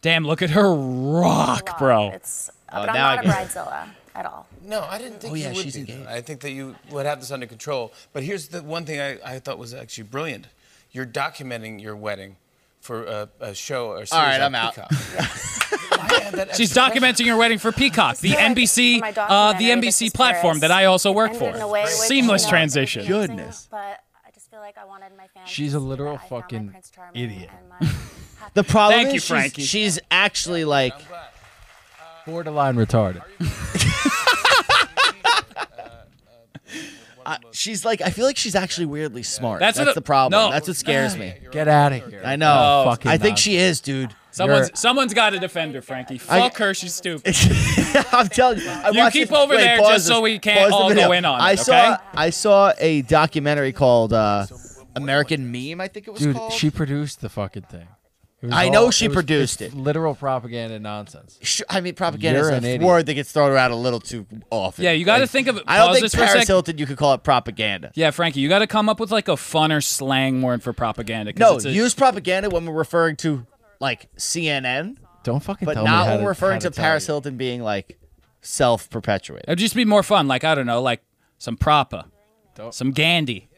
Speaker 2: Damn! Look at her rock,
Speaker 5: Lot.
Speaker 2: bro.
Speaker 5: It's,
Speaker 1: Oh,
Speaker 5: but I'm
Speaker 1: now I
Speaker 5: not a
Speaker 1: get
Speaker 5: bridezilla at all.
Speaker 4: No, I didn't think
Speaker 1: Oh,
Speaker 4: you
Speaker 1: yeah,
Speaker 4: would
Speaker 1: she's
Speaker 4: be.
Speaker 1: engaged.
Speaker 4: I think that you would have this under control. But here's the one thing I, I thought was actually brilliant. You're documenting your wedding for a, a show or series
Speaker 1: right, I'm
Speaker 4: on
Speaker 1: out.
Speaker 4: Peacock. Why add that
Speaker 2: She's
Speaker 4: extra pressure?
Speaker 2: documenting her wedding for Peacock, the
Speaker 5: Yeah,
Speaker 2: NBC,
Speaker 5: for my
Speaker 2: uh, the
Speaker 5: documentary, This
Speaker 2: NBC
Speaker 5: Is
Speaker 2: platform
Speaker 5: Paris.
Speaker 2: that I also work
Speaker 5: Ended
Speaker 2: for.
Speaker 5: in a way which,
Speaker 2: Seamless
Speaker 5: you know,
Speaker 2: transition.
Speaker 5: it was amazing,
Speaker 1: Goodness.
Speaker 5: But I just feel like I wanted my fans. to
Speaker 3: She's a
Speaker 5: see
Speaker 3: literal
Speaker 5: that I found my
Speaker 3: fucking
Speaker 5: Prince Charming
Speaker 3: idiot.
Speaker 5: and my happy-
Speaker 1: The problem
Speaker 2: Thank
Speaker 1: is
Speaker 2: you,
Speaker 1: she's-
Speaker 2: Frankie.
Speaker 1: She's, actually like
Speaker 4: I'm glad.
Speaker 3: Borderline retarded.
Speaker 1: uh, she's like I feel like she's actually weirdly smart.
Speaker 2: That's
Speaker 1: That's,
Speaker 2: what-
Speaker 1: the problem.
Speaker 2: no.
Speaker 1: That's what scares me.
Speaker 3: Get out of here.
Speaker 1: I know.
Speaker 3: Oh, fucking
Speaker 1: I think
Speaker 3: nonsense.
Speaker 1: she is, dude.
Speaker 2: Someone's
Speaker 3: You're-
Speaker 2: someone's got to defend her, Frankie.
Speaker 1: I-
Speaker 2: Fuck her, she's stupid.
Speaker 1: I'm telling you. I
Speaker 2: You
Speaker 1: watched
Speaker 2: keep
Speaker 1: this-
Speaker 2: over
Speaker 1: wait,
Speaker 2: there
Speaker 1: pause
Speaker 2: just so
Speaker 1: this.
Speaker 2: we can't
Speaker 1: Pause the
Speaker 2: all
Speaker 1: video.
Speaker 2: go in on it.
Speaker 1: I
Speaker 2: okay?
Speaker 1: saw I saw a documentary called uh, American Meme. I think it was
Speaker 3: Dude,
Speaker 1: called.
Speaker 3: she produced the fucking thing. It was
Speaker 1: I know
Speaker 3: all-
Speaker 1: she
Speaker 3: was-
Speaker 1: produced
Speaker 3: it's
Speaker 1: it.
Speaker 3: Literal propaganda nonsense.
Speaker 1: Sh- I mean, propaganda
Speaker 3: You're
Speaker 1: is
Speaker 3: an
Speaker 1: a
Speaker 3: idiot.
Speaker 1: word that gets thrown around a little too often.
Speaker 2: Yeah, you gotta
Speaker 1: Like,
Speaker 2: think of it-
Speaker 1: I don't
Speaker 2: pause
Speaker 1: think
Speaker 2: this for a
Speaker 1: Paris
Speaker 2: sec.
Speaker 1: Hilton. You could call it propaganda.
Speaker 2: Yeah, Frankie, you got to come up with like a funner slang word for propaganda. 'cause
Speaker 1: No,
Speaker 2: it's a-
Speaker 1: use propaganda when we're referring to like CNN,
Speaker 3: Don't fucking
Speaker 1: but
Speaker 3: tell me
Speaker 1: not
Speaker 3: how
Speaker 1: when
Speaker 3: to-
Speaker 1: we're referring
Speaker 3: how
Speaker 1: to
Speaker 3: tell
Speaker 1: Paris
Speaker 3: you.
Speaker 1: Hilton being like self-perpetuated.
Speaker 2: It'd just be more fun. Like I don't know, like some proper,
Speaker 3: Don't-
Speaker 2: some Gandhi,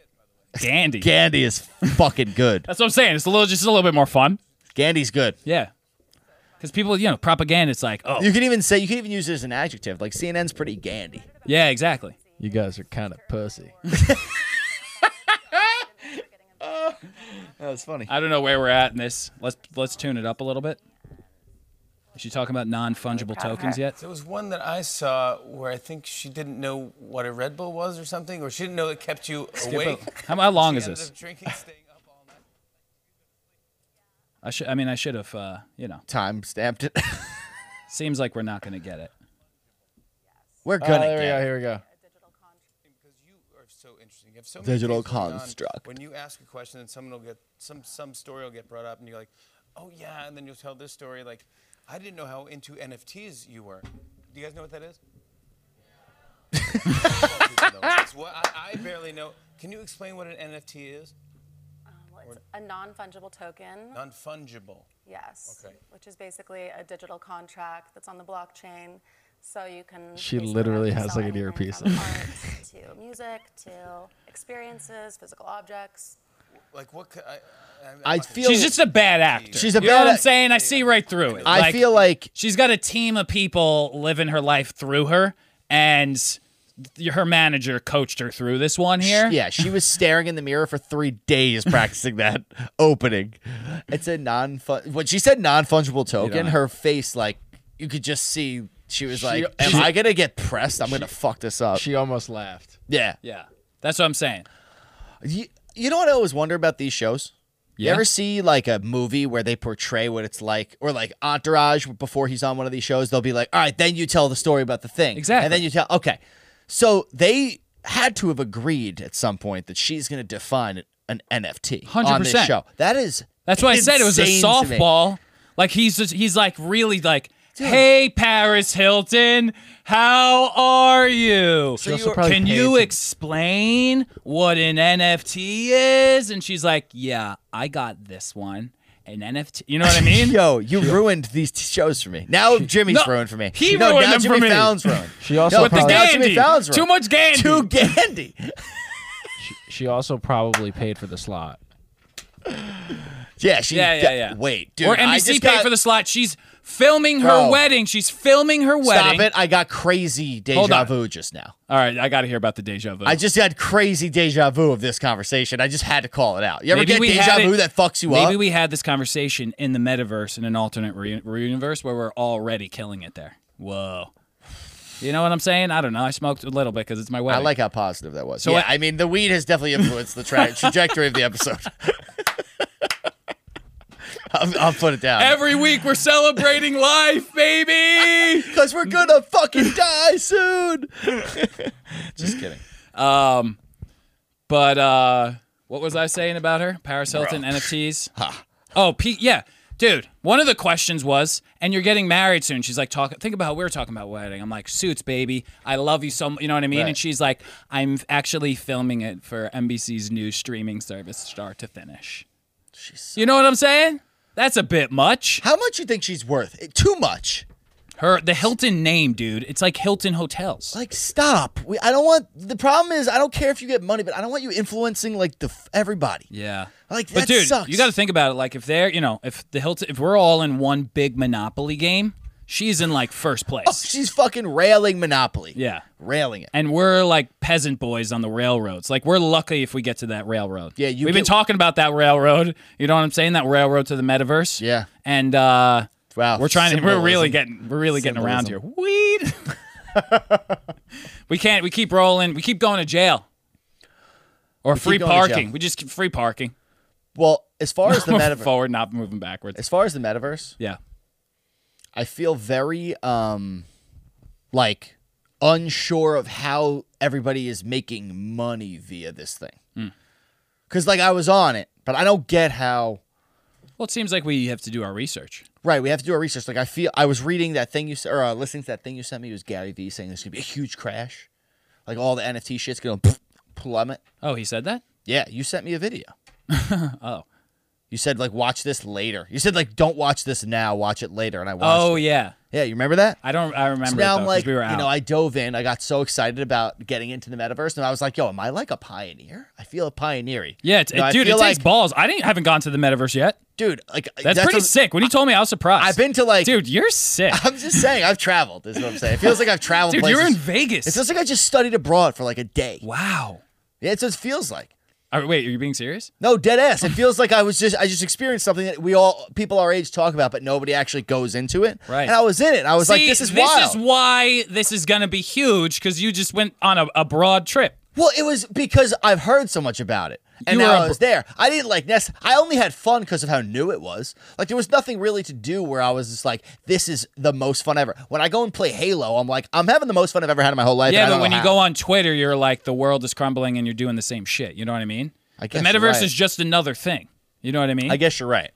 Speaker 2: Gandhi.
Speaker 1: Gandhi is fucking good.
Speaker 2: That's what I'm saying. It's a little, just a little bit more fun.
Speaker 1: Gandhi's good.
Speaker 2: Yeah, because people, you know, propaganda. It's like, oh,
Speaker 1: You can even say you can even use it as an adjective. Like CNN's pretty Gandhi.
Speaker 2: yeah, exactly.
Speaker 3: You guys are kind of pussy.
Speaker 1: That's funny.
Speaker 2: I don't know where we're at in this. Let's let's tune it up a little bit. Is she talking about non fungible tokens yet?
Speaker 4: There was one that I saw where I think she didn't know what a Red Bull was or something, or she didn't know it kept you awake.
Speaker 2: How, how long is
Speaker 4: Ended
Speaker 2: this?
Speaker 4: up drinking, staying up all night.
Speaker 2: I should. I mean, I should have. Uh, you know,
Speaker 1: Time stamped it.
Speaker 2: seems like we're not gonna get it.
Speaker 1: we're
Speaker 3: Oh,
Speaker 1: gonna
Speaker 3: there we
Speaker 1: get.
Speaker 3: go.
Speaker 1: it.
Speaker 3: Here we go.
Speaker 4: because you are so interesting. You have so many
Speaker 1: Digital
Speaker 4: things going on.
Speaker 1: construct.
Speaker 4: When you ask a question, then someone will get some some story will get brought up, and you're like, oh yeah, and then you'll tell this story. Like, I didn't know how into NFTs you were. Do you guys know what that is? It's what I, I barely know. Can you explain what an NFT is?
Speaker 5: Well, it's a non-fungible token.
Speaker 4: Non-fungible.
Speaker 5: Yes.
Speaker 4: Okay.
Speaker 5: Which is basically a digital contract that's on the blockchain. So you can.
Speaker 3: She
Speaker 5: basically
Speaker 3: literally
Speaker 5: have to
Speaker 3: has,
Speaker 5: sell
Speaker 3: like, an
Speaker 5: anything
Speaker 3: earpiece
Speaker 5: from
Speaker 3: in.
Speaker 5: art to music to experiences, physical objects.
Speaker 4: Like what? Could, I,
Speaker 1: I
Speaker 4: I'm-
Speaker 1: feel
Speaker 2: She's just a bad actor.
Speaker 1: She's a
Speaker 2: you know what
Speaker 1: bad
Speaker 2: I'm
Speaker 1: act-
Speaker 2: saying. I see right through it.
Speaker 1: I feel like
Speaker 2: she's got a team of people living her life through her, and th- her manager coached her through this one here.
Speaker 1: yeah, she was staring in the mirror for three days practicing that opening. It's a non fun. When she said non fungible token, her face like you could just see. She was like, "Am I gonna get pressed? I'm gonna fuck this up."
Speaker 3: She almost laughed.
Speaker 1: yeah.
Speaker 2: yeah. That's what I'm saying.
Speaker 1: You, you know what I always wonder about these shows? You
Speaker 2: Yeah.
Speaker 1: ever see like a movie where they portray what it's like, or like Entourage before he's on one of these shows? They'll be like, all right, then you tell the story about the thing.
Speaker 2: Exactly.
Speaker 1: And then you tell, okay. So they had to have agreed at some point that she's going to define an- an NFT on this
Speaker 2: 100%.
Speaker 1: show. That is.
Speaker 2: That's why I said it was a
Speaker 1: insane to me.
Speaker 2: softball. Like he's just, he's like really like, hey Paris Hilton, how are you?
Speaker 3: She also probably
Speaker 2: Can
Speaker 3: paid
Speaker 2: you
Speaker 3: some-
Speaker 2: explain what an NFT is? And she's like, yeah, I got this one. An NFT, you know what I mean?
Speaker 1: Yo, you ruined these t- shows for me. Now Jimmy's
Speaker 2: No,
Speaker 1: ruined for me.
Speaker 2: he
Speaker 1: no,
Speaker 2: ruined
Speaker 1: now
Speaker 2: them for
Speaker 1: Jimmy
Speaker 2: me.
Speaker 1: Fallon's ruined.
Speaker 3: She also
Speaker 1: With
Speaker 2: With the
Speaker 1: Now
Speaker 3: probably,
Speaker 1: Gandhi.
Speaker 2: Gandy,
Speaker 1: Jimmy Fallon's
Speaker 2: too
Speaker 1: wrong.
Speaker 2: much Gandy.
Speaker 1: Too Gandhi.
Speaker 3: she also probably paid for the slot.
Speaker 1: Yeah, she.
Speaker 2: Yeah, yeah, yeah.
Speaker 1: Wait, dude.
Speaker 2: or
Speaker 1: I just
Speaker 2: NBC paid
Speaker 1: got-
Speaker 2: for the slot. She's filming her
Speaker 1: No.
Speaker 2: wedding. She's filming her wedding.
Speaker 1: Stop it. I got crazy
Speaker 2: Hold
Speaker 1: deja
Speaker 2: on.
Speaker 1: vu just now.
Speaker 2: All right, I got to hear about the deja vu.
Speaker 1: I just had crazy deja vu of this conversation. I just had to call it out. You ever
Speaker 2: Maybe
Speaker 1: get
Speaker 2: we
Speaker 1: deja
Speaker 2: had it-
Speaker 1: vu that fucks you
Speaker 2: Maybe
Speaker 1: up?
Speaker 2: we had this conversation in the metaverse in an alternate re- re- universe where we're already killing it there. Whoa. You know what I'm saying? I don't know. I smoked a little bit because it's my
Speaker 1: I
Speaker 2: wedding.
Speaker 1: like how positive that was.
Speaker 2: So
Speaker 1: So yeah,
Speaker 2: I-
Speaker 1: I, mean, the weed has definitely influenced the tra- trajectory of the episode. I'll, I'll put it down.
Speaker 2: Every week we're celebrating life, baby.
Speaker 1: Because we're gonna fucking die soon. Just kidding.
Speaker 2: But uh what was I saying about her? Paris Hilton, NFTs. Oh, Pete, yeah. Dude, one of the questions was, and you're getting married soon. She's like, talk, think about how we were talking about wedding. I'm like, suits, baby. I love you so much. You know what I mean?
Speaker 1: Right.
Speaker 2: And she's like, I'm actually filming it for NBC's new streaming service, start to finish. You know what I'm saying? That's a bit much.
Speaker 1: How much you think she's worth? Eh, Too much.
Speaker 2: Her the Hilton name, dude. It's like Hilton Hotels.
Speaker 1: Like, stop. We, I don't want. The problem is, I don't care if you get money, but I don't want you influencing like the f- everybody.
Speaker 2: Yeah.
Speaker 1: Like,
Speaker 2: but
Speaker 1: that
Speaker 2: dude,
Speaker 1: sucks.
Speaker 2: you got to think about it. Like if they're, you know, if the Hilton, if we're all in one big Monopoly game, she's in like first
Speaker 1: Oh,
Speaker 2: place,
Speaker 1: She's fucking railing Monopoly.
Speaker 2: Yeah.
Speaker 1: railing it.
Speaker 2: and we're like peasant boys on the railroads. Like we're lucky if we get to that railroad.
Speaker 1: Yeah, you
Speaker 2: We've been
Speaker 1: get-
Speaker 2: talking about that railroad. You know what I'm saying? That railroad to the metaverse.
Speaker 1: Yeah.
Speaker 2: And uh,
Speaker 1: Wow,
Speaker 2: we're trying to. We're
Speaker 1: symbolism.
Speaker 2: really getting. We're really getting around here. Weed. we can't. We keep rolling. We keep going to jail. Or free
Speaker 1: going to jail.
Speaker 2: parking. We just keep free parking.
Speaker 1: Well, as far as the
Speaker 2: Moving
Speaker 1: metaverse,
Speaker 2: forward, not moving backwards.
Speaker 1: as far as the metaverse,
Speaker 2: Yeah.
Speaker 1: I feel very um like unsure of how everybody is making money via this thing.
Speaker 2: Hmm.
Speaker 1: Cuz like I was on it, but I don't get how
Speaker 2: Well, it seems like we have to do our research.
Speaker 1: Right, we have to do our research. Like I feel I was reading that thing you s- or uh, listening to that thing you sent me it was Gary Vee saying there's going to be a huge crash. Like all the NFT shit's going to plummet.
Speaker 2: Oh, he said that?
Speaker 1: Yeah, you sent me a video. oh. You said like watch this later. You said like don't watch this now, watch it later and I watched
Speaker 2: oh,
Speaker 1: it.
Speaker 2: yeah.
Speaker 1: Yeah, you remember that?
Speaker 2: I don't. I remember.
Speaker 1: So
Speaker 2: it,
Speaker 1: now
Speaker 2: though,
Speaker 1: I'm
Speaker 2: 'cause
Speaker 1: like,
Speaker 2: we were
Speaker 1: you
Speaker 2: out.
Speaker 1: know, I dove in. I got so excited about getting into the metaverse, and I was like, yo, am I like a pioneer? I feel pioneery.
Speaker 2: yeah, it's,
Speaker 1: You know, I
Speaker 2: dude, it
Speaker 1: feel
Speaker 2: takes
Speaker 1: like-
Speaker 2: balls. I didn't haven't gone to the metaverse yet.
Speaker 1: Dude, like
Speaker 2: That's, pretty
Speaker 1: what-
Speaker 2: sick. When you told me, I was surprised.
Speaker 1: I've been to like,
Speaker 2: dude, you're sick.
Speaker 1: I'm just saying, I've traveled. Is what I'm saying. It feels like I've traveled.
Speaker 2: dude,
Speaker 1: places.
Speaker 2: you're in Vegas.
Speaker 1: It feels like I just studied abroad for like a day.
Speaker 2: wow.
Speaker 1: Yeah, it's what it feels like.
Speaker 2: Are, wait, are you being serious?
Speaker 1: No, dead ass. It feels like I was just I just experienced something that we all people our age talk about, but nobody actually goes into it.
Speaker 2: Right.
Speaker 1: And I was in it. I was like, this is wild.
Speaker 2: is why this is gonna be huge because you just went on a, a broad trip.
Speaker 1: Well, it was because I've heard so much about it. And
Speaker 2: You were
Speaker 1: now
Speaker 2: a
Speaker 1: I was there. I didn't like nest. I only had fun because of how new it was. Like there was nothing really to do where I was just like, "This is the most fun ever." When I go and play Halo, I'm like, "I'm having the most fun I've ever had in my whole life."
Speaker 2: Yeah,
Speaker 1: and I
Speaker 2: but
Speaker 1: don't
Speaker 2: when
Speaker 1: know
Speaker 2: you
Speaker 1: how.
Speaker 2: go on Twitter, you're like the world is crumbling and you're doing the same shit. You know what I mean?
Speaker 1: I guess
Speaker 2: the
Speaker 1: you're
Speaker 2: metaverse
Speaker 1: right.
Speaker 2: is just another thing. You know what I mean?
Speaker 1: I guess you're right.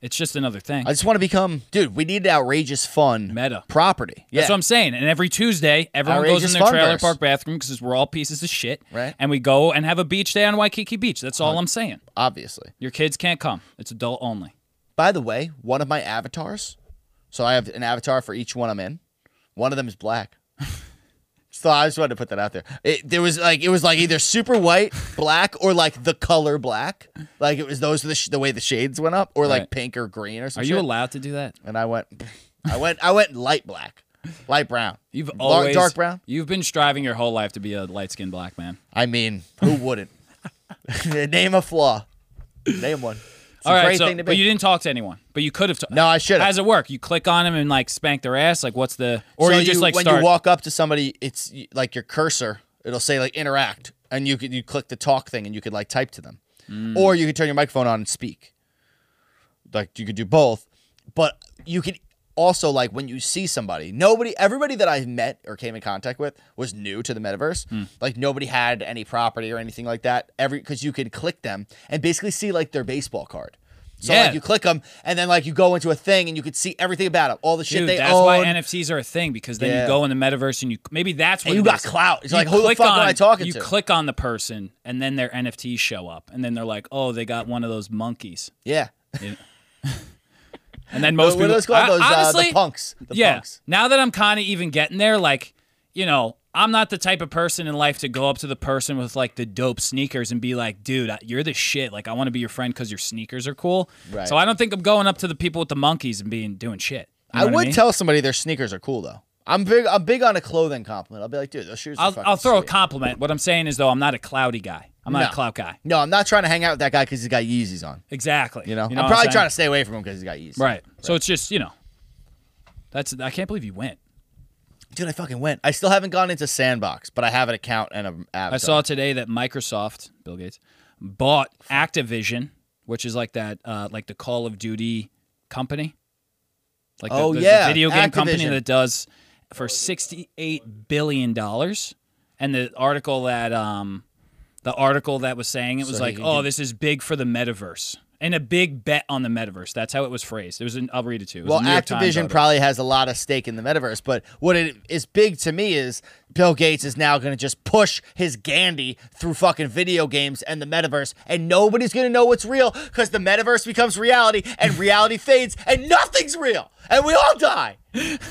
Speaker 2: it's just another thing.
Speaker 1: I just want to become, dude. We need outrageous fun
Speaker 2: Meta.
Speaker 1: property. Yeah,
Speaker 2: That's what I'm saying. And every Tuesday, everyone goes in
Speaker 1: Outrageous
Speaker 2: their trailer
Speaker 1: funverse.
Speaker 2: park bathroom because we're all pieces of shit.
Speaker 1: Right.
Speaker 2: And we go and have a beach day on Waikiki Beach. That's all I'm saying.
Speaker 1: obviously.
Speaker 2: Your kids can't come. It's adult only.
Speaker 1: By the way, one of my avatars. So I have an avatar for each one I'm in. One of them is black. so I just wanted to put that out there. It, there was like it was like either super white, black, or like the color black. Like it was those are the, sh- the way the shades went up, or
Speaker 2: Right.
Speaker 1: like pink or green or
Speaker 2: Are
Speaker 1: something.
Speaker 2: you allowed to do that?
Speaker 1: And I went, I went, I went light black, light brown.
Speaker 2: You've
Speaker 1: Lar-
Speaker 2: always
Speaker 1: dark brown.
Speaker 2: You've been striving your whole life to be a light skinned black man.
Speaker 1: I mean, who wouldn't? Name a flaw. Name one. It's a
Speaker 2: all right,
Speaker 1: great
Speaker 2: so
Speaker 1: thing to
Speaker 2: but
Speaker 1: be.
Speaker 2: you didn't talk to anyone, but you could have. Ta-
Speaker 1: No, I should've.
Speaker 2: How's it work? You click on them and like spank their ass. Like, what's the? Or
Speaker 1: so
Speaker 2: you just like
Speaker 1: when
Speaker 2: start.
Speaker 1: you walk up to somebody, it's y- like your cursor. It'll say like interact, and you could you click the talk thing, and you could like type to them,
Speaker 2: Mm.
Speaker 1: or you could turn your microphone on and speak. Like you could do both, but you could also like when you see somebody, nobody, everybody that I met or came in contact with was new to the metaverse.
Speaker 2: Hmm.
Speaker 1: Like nobody had any property or anything like that. Every because you could click them and basically see like their baseball card. So
Speaker 2: Yeah.
Speaker 1: like you click them, and then like you go into a thing, and you could see everything about them, all the shit
Speaker 2: Dude,
Speaker 1: they
Speaker 2: that's
Speaker 1: own.
Speaker 2: why NFTs are a thing because then you
Speaker 1: Yeah.
Speaker 2: go in the metaverse and you maybe that's what
Speaker 1: you
Speaker 2: it
Speaker 1: got
Speaker 2: is.
Speaker 1: clout. It's
Speaker 2: You
Speaker 1: like, who the
Speaker 2: click
Speaker 1: fuck am
Speaker 2: on,
Speaker 1: I talking
Speaker 2: you
Speaker 1: to?
Speaker 2: click on the person and then their NFTs show up and then they're like, oh, they got one of those monkeys.
Speaker 1: Yeah.
Speaker 2: And then most
Speaker 1: what are
Speaker 2: people
Speaker 1: those called?
Speaker 2: I-
Speaker 1: Those, uh, the
Speaker 2: honestly,
Speaker 1: punks. The
Speaker 2: yeah.
Speaker 1: punks.
Speaker 2: Now that I'm kind of even getting there, like you know, I'm not the type of person in life to go up to the person with like the dope sneakers and be like, "Dude, I- you're the shit." Like I want to be your friend because your sneakers are cool.
Speaker 1: Right.
Speaker 2: So I don't think I'm going up to the people with the monkeys and being doing shit.
Speaker 1: I
Speaker 2: You know what
Speaker 1: would
Speaker 2: mean?
Speaker 1: tell somebody their sneakers are cool though. I'm big. I'm big on a clothing compliment. I'll be like, dude, those shoes. Are
Speaker 2: I'll,
Speaker 1: fucking
Speaker 2: I'll throw a
Speaker 1: sweet."
Speaker 2: compliment. What I'm saying is though, I'm not a cloudy guy. I'm not a
Speaker 1: No.
Speaker 2: clout guy.
Speaker 1: No, I'm not trying to hang out with that guy because he's got Yeezys on.
Speaker 2: Exactly.
Speaker 1: You know,
Speaker 2: what
Speaker 1: I'm probably
Speaker 2: saying?
Speaker 1: trying to stay away from him because he's got Yeezys.
Speaker 2: Right. So it's just you know, that's I can't believe you went.
Speaker 1: dude, I fucking went. I still haven't gone into Sandbox, but I have an account and an app.
Speaker 2: I saw today that Microsoft, Bill Gates, bought Activision, which is like that, uh, like the Call of Duty company, like the,
Speaker 1: Oh,
Speaker 2: the- the
Speaker 1: yeah,
Speaker 2: video game company
Speaker 1: Activision.
Speaker 2: that does for sixty-eight billion dollars. And the article that, um, the article that was saying it was
Speaker 1: So
Speaker 2: like,
Speaker 1: he can
Speaker 2: oh,
Speaker 1: get-
Speaker 2: this is big for the metaverse. And a big bet on the metaverse. That's how it was phrased. It was. An, I'll read it to you. It was
Speaker 1: Well,
Speaker 2: a New York Times
Speaker 1: Activision
Speaker 2: article.
Speaker 1: probably has a lot of stake in the metaverse, but what it is big to me is Bill Gates is now going to just push his Gandhi through fucking video games and the metaverse, and nobody's going to know what's real because the metaverse becomes reality and reality fades and nothing's real and we all die.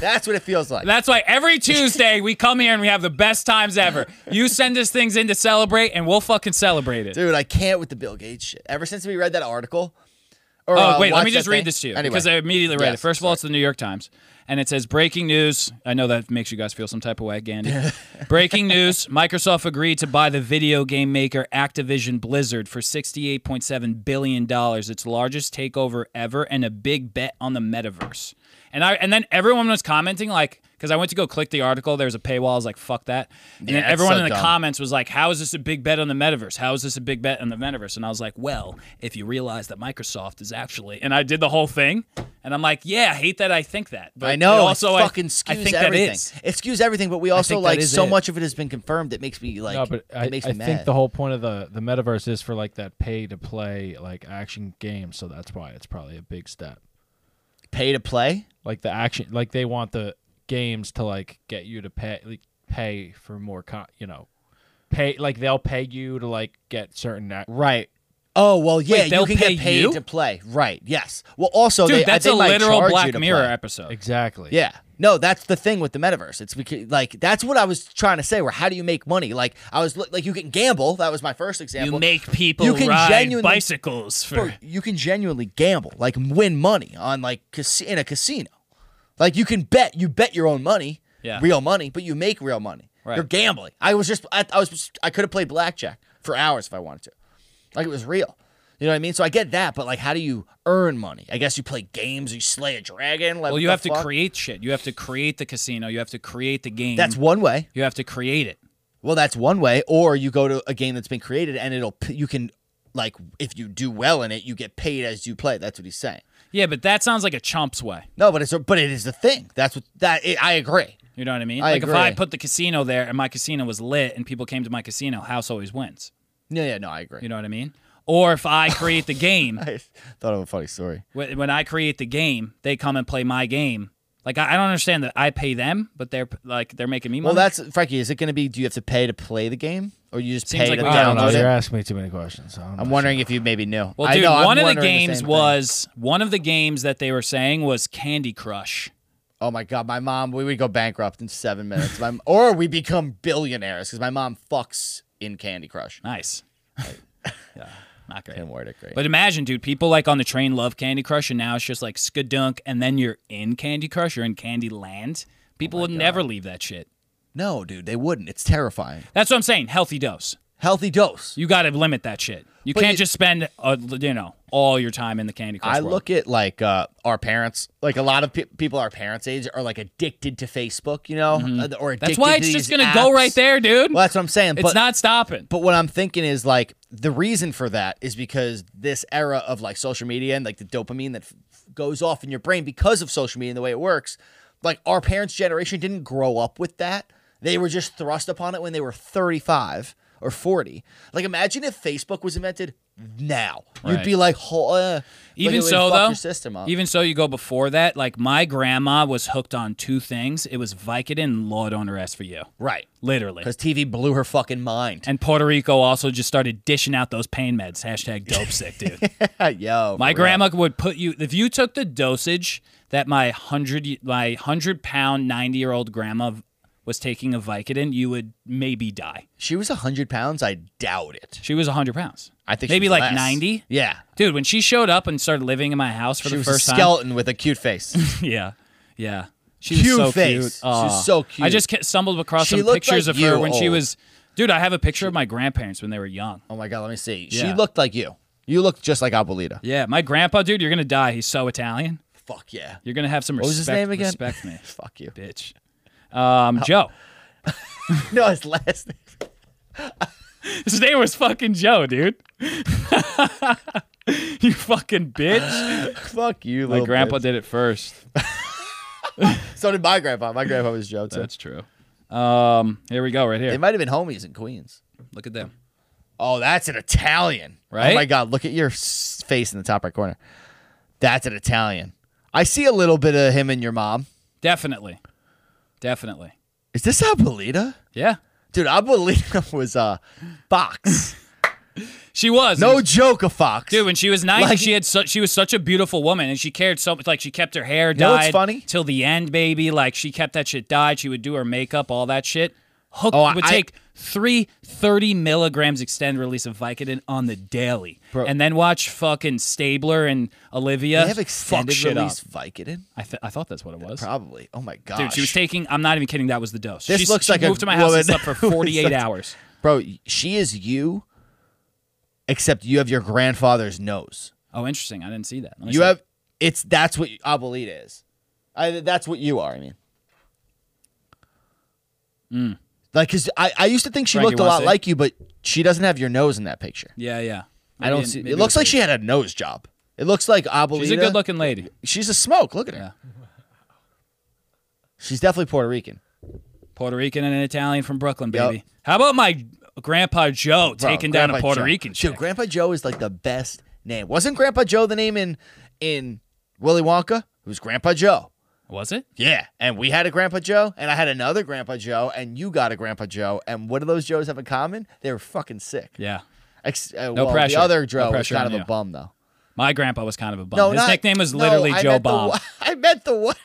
Speaker 1: That's what it feels like.
Speaker 2: That's why every Tuesday we come here and we have the best times ever. You send us things in to celebrate, and we'll fucking celebrate it.
Speaker 1: Dude, I can't with the Bill Gates shit. Ever since we read that article. Or,
Speaker 2: oh,
Speaker 1: uh,
Speaker 2: wait, let
Speaker 1: watched
Speaker 2: me just
Speaker 1: that
Speaker 2: read
Speaker 1: thing-
Speaker 2: this to you
Speaker 1: Anyway.
Speaker 2: because I immediately read it.
Speaker 1: Yes,
Speaker 2: First of all, it's the New York Times, and it says breaking news. I know that makes you guys feel some type of way, Gandhi. breaking news: Microsoft agreed to buy the video game maker Activision Blizzard for sixty-eight point seven billion dollars, its largest takeover ever, and a big bet on the metaverse. And I and then everyone was commenting like. Because I went to go click the article, there was a paywall. I was like, "Fuck that!" And
Speaker 1: Yeah,
Speaker 2: then
Speaker 1: that's
Speaker 2: everyone
Speaker 1: so
Speaker 2: in the
Speaker 1: dumb.
Speaker 2: comments was like, "How is this a big bet on the metaverse? How is this a big bet on the metaverse?" And I was like, "Well, if you realize that Microsoft is actually," and I did the whole thing, and I'm like, "Yeah, I hate that. I think that, but
Speaker 1: I know.
Speaker 2: it
Speaker 1: Also,
Speaker 2: also
Speaker 1: it fucking
Speaker 2: I,
Speaker 1: skews
Speaker 2: I think
Speaker 1: everything.
Speaker 2: that is
Speaker 1: It skews everything, but we also
Speaker 2: think that
Speaker 1: like
Speaker 2: is
Speaker 1: so
Speaker 2: it.
Speaker 1: much of it has been confirmed. It makes me like.
Speaker 3: no, but I,
Speaker 1: it makes
Speaker 3: I
Speaker 1: me
Speaker 3: think
Speaker 1: mad.
Speaker 3: the whole point of the the metaverse is for like that pay to play like action game, so that's why it's probably a big step.
Speaker 1: pay to play.
Speaker 3: Like the action, like they want the games to like get you to pay like, pay for more, con- you know, pay like they'll pay you to like get certain. Act-
Speaker 1: Right. Oh well, yeah. you
Speaker 2: they'll
Speaker 1: can
Speaker 2: pay
Speaker 1: get paid
Speaker 2: you?
Speaker 1: to play. Right. Yes. Well, also,
Speaker 2: dude.
Speaker 1: they, I
Speaker 2: that's a
Speaker 1: think might
Speaker 2: literal
Speaker 1: charge you
Speaker 2: Black
Speaker 1: to
Speaker 2: Mirror
Speaker 1: play.
Speaker 2: episode.
Speaker 3: exactly.
Speaker 1: Yeah. No, that's the thing with the metaverse. It's because like that's what I was trying to say. Where how do you make money? Like I was li- like you can gamble. That was my first example.
Speaker 2: You make people
Speaker 1: You can
Speaker 2: ride
Speaker 1: genuinely-
Speaker 2: bicycles for.
Speaker 1: Or you can genuinely gamble, like win money on like cas- in a casino. Like you can bet, you bet your own money,
Speaker 2: Yeah.
Speaker 1: real money, but you make real money.
Speaker 2: Right.
Speaker 1: You're gambling. I was just, I, I was, just- I could have played blackjack for hours if I wanted to, like it was real. You know what I mean? So I get that, but like, how do you earn money? I guess you play games, you slay a dragon. Like,
Speaker 2: Well,
Speaker 1: what
Speaker 2: you
Speaker 1: the
Speaker 2: have to
Speaker 1: fuck?
Speaker 2: create shit. You have to create the casino. You have to create the game.
Speaker 1: That's one way.
Speaker 2: you have to create it.
Speaker 1: Well, that's one way. Or you go to a game that's been created, and it'll p- you can like if you do well in it, you get paid as you play. That's what he's saying.
Speaker 2: Yeah, but that sounds like a chump's way.
Speaker 1: No, but it's a, but it is the thing. That's what that it, I agree.
Speaker 2: You know what I mean?
Speaker 1: I
Speaker 2: like if I
Speaker 1: agree.
Speaker 2: put the casino there and my casino was lit and people came to my casino, house always wins.
Speaker 1: No, yeah, no, I agree.
Speaker 2: You know what I mean? Or if I create the game,
Speaker 1: I thought of a funny story.
Speaker 2: wh- when I create the game, they come and play my game. Like I I don't understand that I pay them, but they're p- like they're making me
Speaker 1: Well,
Speaker 2: money.
Speaker 1: that's Frankie. Is it going to be? Do you have to pay to play the game, or you just
Speaker 2: Seems
Speaker 1: pay
Speaker 2: like
Speaker 1: to
Speaker 2: we-
Speaker 3: I don't know.
Speaker 1: download
Speaker 3: You're
Speaker 1: it?
Speaker 3: asking me too many questions. so I'm
Speaker 1: I'm
Speaker 3: not
Speaker 1: wondering if you maybe knew.
Speaker 2: well,
Speaker 1: I
Speaker 2: dude.
Speaker 1: know, I'm
Speaker 2: one of the
Speaker 1: wondering
Speaker 2: games
Speaker 1: same thing.
Speaker 2: was one of the games that they were saying was Candy Crush.
Speaker 1: Oh my god, my mom. We would go bankrupt in seven minutes. My, or we become billionaires because my mom fucks in Candy Crush.
Speaker 2: Nice. yeah, not great.
Speaker 1: Tim Ward, great.
Speaker 2: But imagine, dude, people like on the train love Candy Crush, and now it's just like skadunk, and then you're in Candy Crush, you're in Candy Land.
Speaker 1: Oh
Speaker 2: People would never leave that shit.
Speaker 1: no, dude, they wouldn't. It's terrifying.
Speaker 2: That's what I'm saying. Healthy dose.
Speaker 1: Healthy dose.
Speaker 2: You got to limit that shit. You
Speaker 1: But
Speaker 2: can't
Speaker 1: you-
Speaker 2: just spend, uh, you know, all your time in the Candy Crush.
Speaker 1: I
Speaker 2: world.
Speaker 1: look at like uh, our parents, like a lot of pe- people our parents' age are like addicted to Facebook, you know, Uh, or addicted
Speaker 2: Mm-hmm. That's why
Speaker 1: to
Speaker 2: it's just
Speaker 1: these
Speaker 2: gonna go
Speaker 1: apps.
Speaker 2: right there, dude.
Speaker 1: Well, that's what I'm saying.
Speaker 2: it's
Speaker 1: but,
Speaker 2: not stopping.
Speaker 1: But what I'm thinking is like the reason for that is because this era of like social media and like the dopamine that f- goes off in your brain because of social media and the way it works, like our parents' generation didn't grow up with that. They were just thrust upon it when they were 35 or 40. Like imagine if Facebook was invented now. You'd
Speaker 2: Right.
Speaker 1: be like, ho- uh, like, it
Speaker 2: Even
Speaker 1: would
Speaker 2: so,
Speaker 1: fuck
Speaker 2: though,
Speaker 1: your system up.
Speaker 2: even so, you go before that. Like my grandma was hooked on two things. It was Vicodin and Lord on her S for you,
Speaker 1: right.
Speaker 2: literally.
Speaker 1: Because TV blew her fucking mind.
Speaker 2: And Puerto Rico also just started dishing out those pain meds. Hashtag dope sick, dude.
Speaker 1: Yo,
Speaker 2: My
Speaker 1: for real.
Speaker 2: grandma would put you if you took the dosage that my hundred my hundred pound ninety year old grandma was taking of Vicodin, you would maybe die.
Speaker 1: She was 100 pounds. I doubt it.
Speaker 2: She was hundred pounds.
Speaker 1: I think she
Speaker 2: maybe
Speaker 1: was
Speaker 2: like
Speaker 1: less.
Speaker 2: ninety.
Speaker 1: Yeah.
Speaker 2: Dude, when she showed up and started living in my house for
Speaker 1: she
Speaker 2: the
Speaker 1: was
Speaker 2: first
Speaker 1: a skeleton with a cute face.
Speaker 2: time, yeah, Yeah. She was
Speaker 1: Cute
Speaker 2: so
Speaker 1: face.
Speaker 2: cute.
Speaker 1: She's
Speaker 2: Aw.
Speaker 1: so cute.
Speaker 2: I just ca- stumbled across
Speaker 1: She
Speaker 2: some
Speaker 1: looked
Speaker 2: pictures
Speaker 1: like
Speaker 2: of her
Speaker 1: you
Speaker 2: when she
Speaker 1: old.
Speaker 2: was. Dude, I have a picture of my grandparents when they were young.
Speaker 1: Oh my god, let me see. She
Speaker 2: Yeah.
Speaker 1: looked like you. You looked just like Abuelita.
Speaker 2: Yeah, my grandpa, dude, you're gonna die. He's so Italian.
Speaker 1: Fuck yeah.
Speaker 2: You're gonna have some
Speaker 1: What was
Speaker 2: respect.
Speaker 1: his name again?
Speaker 2: Respect me,
Speaker 1: Fuck you.
Speaker 2: bitch. Um, Joe.
Speaker 1: No, his last name.
Speaker 2: His name was fucking Joe, dude. you fucking bitch.
Speaker 1: Fuck you,
Speaker 2: My
Speaker 1: little
Speaker 2: grandpa
Speaker 1: bitch.
Speaker 2: did it first.
Speaker 1: So did my grandpa. My grandpa was Joe too.
Speaker 2: That's true. Um, here we go, right
Speaker 1: They
Speaker 2: here.
Speaker 1: might have been homies in Queens.
Speaker 2: Look at them.
Speaker 1: Oh, that's an Italian,
Speaker 2: Right?
Speaker 1: Oh my God, look at your s- face in the top right corner. That's an Italian. I see a little bit of him and your mom.
Speaker 2: Definitely, definitely.
Speaker 1: Is this Abuelita?
Speaker 2: Yeah,
Speaker 1: Dude, Abuelita was a fox.
Speaker 2: she was.
Speaker 1: No
Speaker 2: And-
Speaker 1: joke, a fox.
Speaker 2: Dude, when she was ninety,
Speaker 1: Like-
Speaker 2: she had such she was such a beautiful woman, and she cared so much. Like she kept her hair
Speaker 1: know
Speaker 2: dyed
Speaker 1: what's funny?
Speaker 2: till the end, baby. Like she kept that shit dyed. She would do her makeup, all that shit. Hook
Speaker 1: Oh, I-
Speaker 2: would
Speaker 1: I-
Speaker 2: take three 30 milligrams extend release of Vicodin on the daily, and then watch fucking Stabler and Olivia.
Speaker 1: they have extended
Speaker 2: fuck shit
Speaker 1: release
Speaker 2: Up.
Speaker 1: Vicodin.
Speaker 2: I, th- I thought that's what it was.
Speaker 1: Probably. Oh my god.
Speaker 2: Dude, she was taking. I'm not even kidding. That was the dose.
Speaker 1: This
Speaker 2: She-
Speaker 1: looks
Speaker 2: she
Speaker 1: like a
Speaker 2: moved to my house
Speaker 1: woman
Speaker 2: and slept for
Speaker 1: who was
Speaker 2: 48
Speaker 1: such-
Speaker 2: hours.
Speaker 1: Bro, she is you, except you have your grandfather's nose.
Speaker 2: Oh, interesting. I didn't see that. Let me
Speaker 1: You
Speaker 2: see.
Speaker 1: have it's that's what Abuelita is. I, that's what you are. I mean, like because I, I used to think she
Speaker 2: Hmm. Frankie,
Speaker 1: looked a
Speaker 2: wanna
Speaker 1: lot
Speaker 2: see?
Speaker 1: like you, but she doesn't have your nose in that picture.
Speaker 2: Yeah, yeah.
Speaker 1: I don't
Speaker 2: Maybe-
Speaker 1: see.
Speaker 2: maybe
Speaker 1: It looks
Speaker 2: we'll
Speaker 1: like she had a nose job. It looks like Abuelita.
Speaker 2: She's a good looking lady.
Speaker 1: She's a smoke. Look at her. She's definitely Puerto Rican.
Speaker 2: Puerto Rican and an Italian from Brooklyn,
Speaker 1: Yep.
Speaker 2: baby. How about my grandpa Joe
Speaker 1: Bro,
Speaker 2: taking down a
Speaker 1: Grandpa
Speaker 2: Puerto
Speaker 1: Joe.
Speaker 2: Rican
Speaker 1: Dude,
Speaker 2: chick?
Speaker 1: Grandpa Joe is like the best name. Wasn't Grandpa Joe the name in in Willy Wonka? It was Grandpa Joe.
Speaker 2: Was it?
Speaker 1: Yeah, and we had a Grandpa Joe, and I had another Grandpa Joe, and you got a Grandpa Joe, and what do those Joes have in common? They were fucking sick.
Speaker 2: Yeah.
Speaker 1: Ex- uh,
Speaker 2: No
Speaker 1: well,
Speaker 2: pressure.
Speaker 1: The other
Speaker 2: No
Speaker 1: Joe was
Speaker 2: pressure
Speaker 1: kind
Speaker 2: on
Speaker 1: of a
Speaker 2: you.
Speaker 1: bum, though.
Speaker 2: My grandpa was kind of a bum.
Speaker 1: No,
Speaker 2: His
Speaker 1: not-
Speaker 2: nickname was
Speaker 1: no,
Speaker 2: literally
Speaker 1: I
Speaker 2: Joe
Speaker 1: meant the
Speaker 2: Bomb.
Speaker 1: one- I meant the one.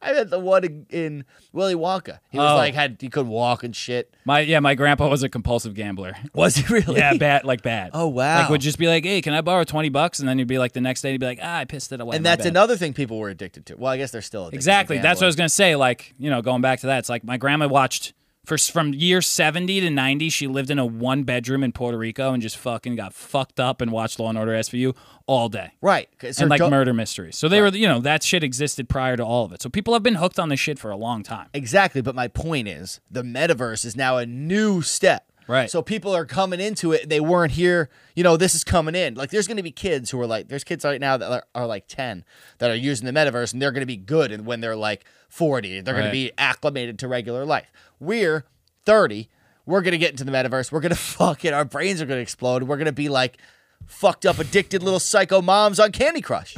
Speaker 1: I meant the one in, in Willy Wonka. He was
Speaker 2: Oh.
Speaker 1: like had he couldn't walk and shit.
Speaker 2: My yeah, my grandpa was a compulsive gambler.
Speaker 1: Was he really?
Speaker 2: Yeah, bad like bad.
Speaker 1: Oh, wow.
Speaker 2: Like would just be like, hey, can I borrow twenty bucks? And then he'd be like the next day he'd be like, ah, I pissed it away.
Speaker 1: And
Speaker 2: my
Speaker 1: that's
Speaker 2: bad.
Speaker 1: another thing people were addicted to. Well, I guess they're still addicted
Speaker 2: Exactly.
Speaker 1: To
Speaker 2: That's what
Speaker 1: gambling.
Speaker 2: I was gonna say. Like, you know, going back to that, it's like my grandma watched for from year seventy to ninety. She lived in a one bedroom in Puerto Rico and just fucking got fucked up and watched Law and Order SVU all day.
Speaker 1: right. 'cause her
Speaker 2: and like
Speaker 1: do-
Speaker 2: murder mysteries. So they were, you know, that shit existed prior to all of it. So people have been hooked on this shit for a long time.
Speaker 1: Exactly, but my point is the metaverse is now a new step.
Speaker 2: Right.
Speaker 1: So people are coming into it. They weren't here. You know, this is coming in. Like, there's going to be kids who are like, there's kids right now that are, are like 10 that are using the metaverse and they're going to be good. And when they're like 40, they're going
Speaker 2: Right.
Speaker 1: to be acclimated to regular life. We're 30. We're going to get into the metaverse. We're going to fuck it. Our brains are going to explode. We're going to be like fucked up, addicted little psycho moms on Candy Crush.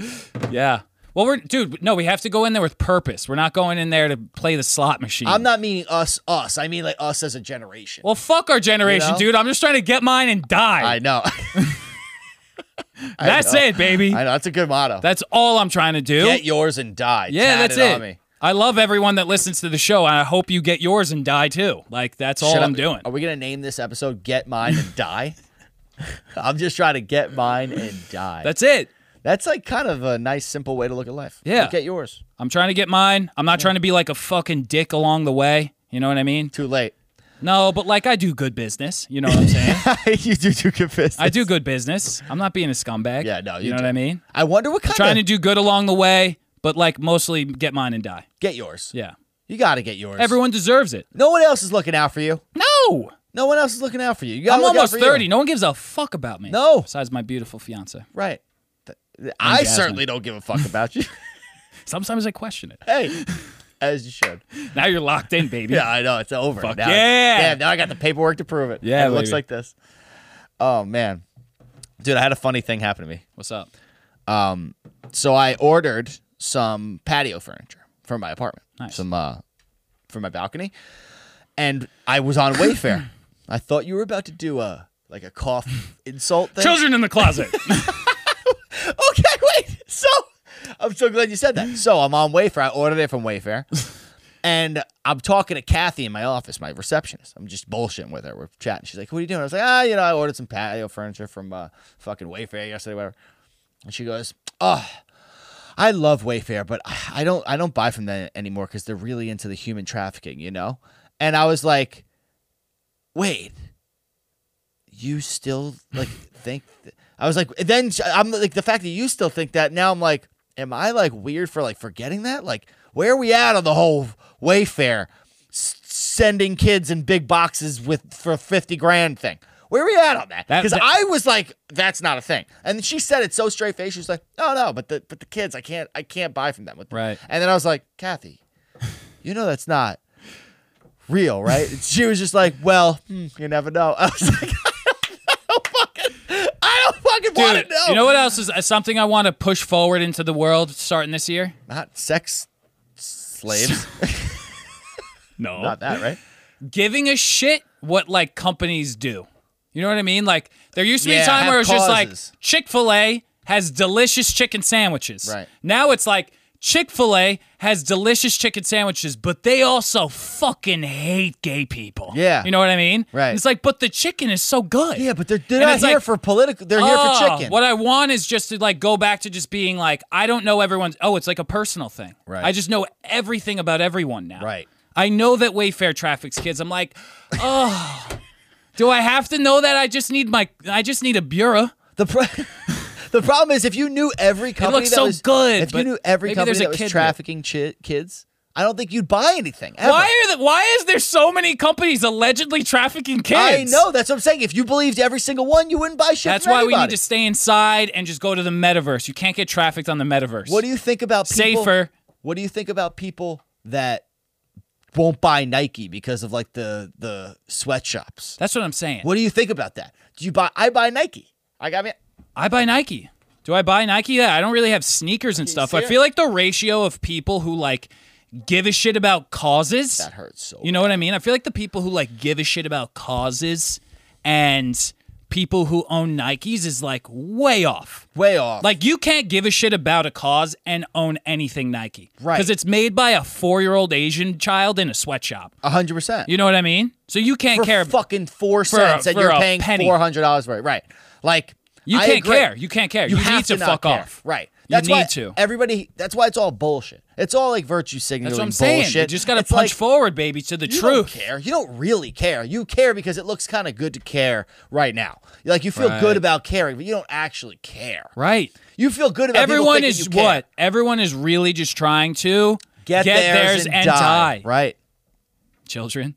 Speaker 2: Yeah. Well, we're dude. No, we have to go in there with purpose. We're not going in there to play the slot machine.
Speaker 1: I'm not meaning us, us. I mean like us as a generation.
Speaker 2: Well, fuck our generation,
Speaker 1: You know?
Speaker 2: dude. I'm just trying to get mine and die.
Speaker 1: I know.
Speaker 2: That's
Speaker 1: know.
Speaker 2: it, baby.
Speaker 1: I know that's a good motto.
Speaker 2: That's all I'm trying to do.
Speaker 1: Get yours and die.
Speaker 2: yeah,
Speaker 1: Tat
Speaker 2: that's
Speaker 1: it. on me.
Speaker 2: I love everyone that listens to the show. and I hope you get yours and die too. Like that's all
Speaker 1: Should
Speaker 2: I'm
Speaker 1: I-
Speaker 2: doing.
Speaker 1: Are we gonna name this episode "Get Mine and Die"? I'm just trying to get mine and die. That's
Speaker 2: That's it.
Speaker 1: like kind of a nice, simple way to look at life.
Speaker 2: Yeah.
Speaker 1: Like, get yours.
Speaker 2: I'm trying to get mine. I'm not trying to be like a fucking dick along the way. You know what I mean?
Speaker 1: Too late.
Speaker 2: No, but like I do good business. You know what I'm saying?
Speaker 1: you do too confess.
Speaker 2: I do good business. I'm not being a scumbag.
Speaker 1: Yeah, no,
Speaker 2: you,
Speaker 1: you
Speaker 2: know
Speaker 1: do.
Speaker 2: what I mean.
Speaker 1: I wonder what kind
Speaker 2: Trying to
Speaker 1: of
Speaker 2: do good along the way, but like mostly get mine and die.
Speaker 1: get yours.
Speaker 2: Yeah,
Speaker 1: You gotta get yours.
Speaker 2: everyone deserves it.
Speaker 1: No one else is looking out for you.
Speaker 2: No,
Speaker 1: No one else is looking out for you. You gotta
Speaker 2: I'm
Speaker 1: look out
Speaker 2: almost
Speaker 1: for you.
Speaker 2: thirty. No one gives a fuck about me.
Speaker 1: No.
Speaker 2: besides my beautiful fiance.
Speaker 1: Right. Th- I
Speaker 2: Jasmine.
Speaker 1: certainly don't give a fuck about you.
Speaker 2: Sometimes I question it.
Speaker 1: hey, as you should.
Speaker 2: Now you're locked in, baby.
Speaker 1: Yeah, I know it's over.
Speaker 2: Fuck
Speaker 1: now,
Speaker 2: yeah.
Speaker 1: Damn, now I got the paperwork to prove it.
Speaker 2: Yeah,
Speaker 1: and it looks
Speaker 2: baby.
Speaker 1: like this. Oh man, dude, I had a funny thing happen to me.
Speaker 2: What's up?
Speaker 1: So I ordered some patio furniture for my apartment,
Speaker 2: Nice.
Speaker 1: some uh, for my balcony, and I was on Wayfair. I thought you were about to do a like a cough insult thing.
Speaker 2: Children in the closet.
Speaker 1: Okay, wait. So I'm so glad you said that. So I'm on Wayfair. I ordered it from Wayfair. And I'm talking to Kathy in my office, my receptionist. I'm just bullshitting with her. We're chatting. She's like, "What are you doing?" I was like, "Ah, you know, I ordered some patio furniture from uh, fucking Wayfair yesterday, whatever." And she goes, "Oh, I love Wayfair, but I don't I don't buy from them anymore because they're really into the human trafficking, you know. And I was like, wait, you still like think? th- I was like, then j- I'm like the fact that you still think that now I'm like, am I like weird for like forgetting that? Like, where are we at on the whole Wayfair s- sending kids in big boxes with for fifty grand thing? Where are we at on that?
Speaker 2: That-
Speaker 1: Because
Speaker 2: that-
Speaker 1: I was like, that's not a thing. And she said it so straight faced. She was like, oh no, but the but the kids, I can't I can't buy from them. With
Speaker 2: Right.
Speaker 1: And then I was like, Kathy, you know that's not real, right? And she was just like, well, hmm, you never know. I was like, I don't fucking, I don't fucking want
Speaker 2: Dude,
Speaker 1: to know.
Speaker 2: you know what else is uh, something I want to push forward into the world starting this year?
Speaker 1: Not sex slaves.
Speaker 2: No.
Speaker 1: not that, right?
Speaker 2: Giving a shit what like companies do. You know what I mean? Like there used to be
Speaker 1: Yeah,
Speaker 2: a time
Speaker 1: have
Speaker 2: where it was
Speaker 1: causes.
Speaker 2: just like Chick-fil-A has delicious chicken sandwiches.
Speaker 1: Right.
Speaker 2: Now it's like Chick-fil-A has delicious chicken sandwiches, but they also fucking hate gay people.
Speaker 1: Yeah.
Speaker 2: You know what I mean?
Speaker 1: Right.
Speaker 2: It's like, but the chicken is so good.
Speaker 1: Yeah, but they're, they're
Speaker 2: And
Speaker 1: not
Speaker 2: it's
Speaker 1: here
Speaker 2: like,
Speaker 1: for political. They're here
Speaker 2: Oh,
Speaker 1: for chicken.
Speaker 2: What I want is just to like go back to just being like, I don't know everyone's. Oh, it's like a personal thing.
Speaker 1: Right.
Speaker 2: I just know everything about everyone now.
Speaker 1: Right.
Speaker 2: I know that Wayfair traffics kids. I'm like, oh, do I have to know that? I just need my. I just need a bureau.
Speaker 1: the pro- the problem is if you knew every company
Speaker 2: looks
Speaker 1: that
Speaker 2: so
Speaker 1: was
Speaker 2: good,
Speaker 1: if you
Speaker 2: but
Speaker 1: knew every
Speaker 2: maybe
Speaker 1: company
Speaker 2: there's a
Speaker 1: that was
Speaker 2: kid in it.
Speaker 1: trafficking chi- kids, I don't think you'd buy anything. Ever.
Speaker 2: Why are the, Why is there so many companies allegedly trafficking
Speaker 1: I
Speaker 2: kids?
Speaker 1: know that's what I'm saying. If you believed every single one, you wouldn't buy shit.
Speaker 2: That's
Speaker 1: from
Speaker 2: why we need
Speaker 1: anybody.
Speaker 2: to stay inside and just go to the metaverse. You can't get trafficked on the metaverse.
Speaker 1: What do you think about people,
Speaker 2: Safer.
Speaker 1: What do you think about people that won't buy Nike because of like the the sweatshops?
Speaker 2: That's what I'm saying.
Speaker 1: What do you think about that? Do you buy? I buy Nike. I got me.
Speaker 2: I buy Nike. Do I buy Nike? Yeah, I don't really have sneakers and stuff. I feel like the ratio of people who like give a shit about causes.
Speaker 1: That hurts so.
Speaker 2: You know what I mean? I feel like the people who like give a shit about causes and people who own Nikes is like way off.
Speaker 1: way off.
Speaker 2: Like you can't give a shit about a cause and own anything Nike.
Speaker 1: Right.
Speaker 2: Because it's made by a four year old Asian child in a sweatshop.
Speaker 1: hundred percent.
Speaker 2: You know what I mean? So you can't
Speaker 1: for
Speaker 2: care about
Speaker 1: fucking four cents, and
Speaker 2: for
Speaker 1: you're
Speaker 2: a
Speaker 1: paying
Speaker 2: penny.
Speaker 1: four hundred dollars for it. Right? Like
Speaker 2: You
Speaker 1: I
Speaker 2: can't
Speaker 1: agree.
Speaker 2: care. You can't care. You
Speaker 1: have
Speaker 2: need to
Speaker 1: not
Speaker 2: fuck
Speaker 1: care.
Speaker 2: off.
Speaker 1: Right.
Speaker 2: You
Speaker 1: That's why
Speaker 2: need to.
Speaker 1: Everybody. That's why it's all bullshit. It's all like virtue signaling.
Speaker 2: That's what I'm saying.
Speaker 1: Bullshit.
Speaker 2: You just gotta
Speaker 1: It's
Speaker 2: punch
Speaker 1: like,
Speaker 2: forward, baby, to the
Speaker 1: you
Speaker 2: truth.
Speaker 1: don't care. You don't really care. You care because it looks kind of good to care right now. Like you feel
Speaker 2: Right.
Speaker 1: good about caring, but you don't actually care.
Speaker 2: Right.
Speaker 1: You feel good about people
Speaker 2: Everyone
Speaker 1: thinking
Speaker 2: is
Speaker 1: you care.
Speaker 2: what? Everyone is really just trying to
Speaker 1: Get, theirs, and, die. Right.
Speaker 2: Children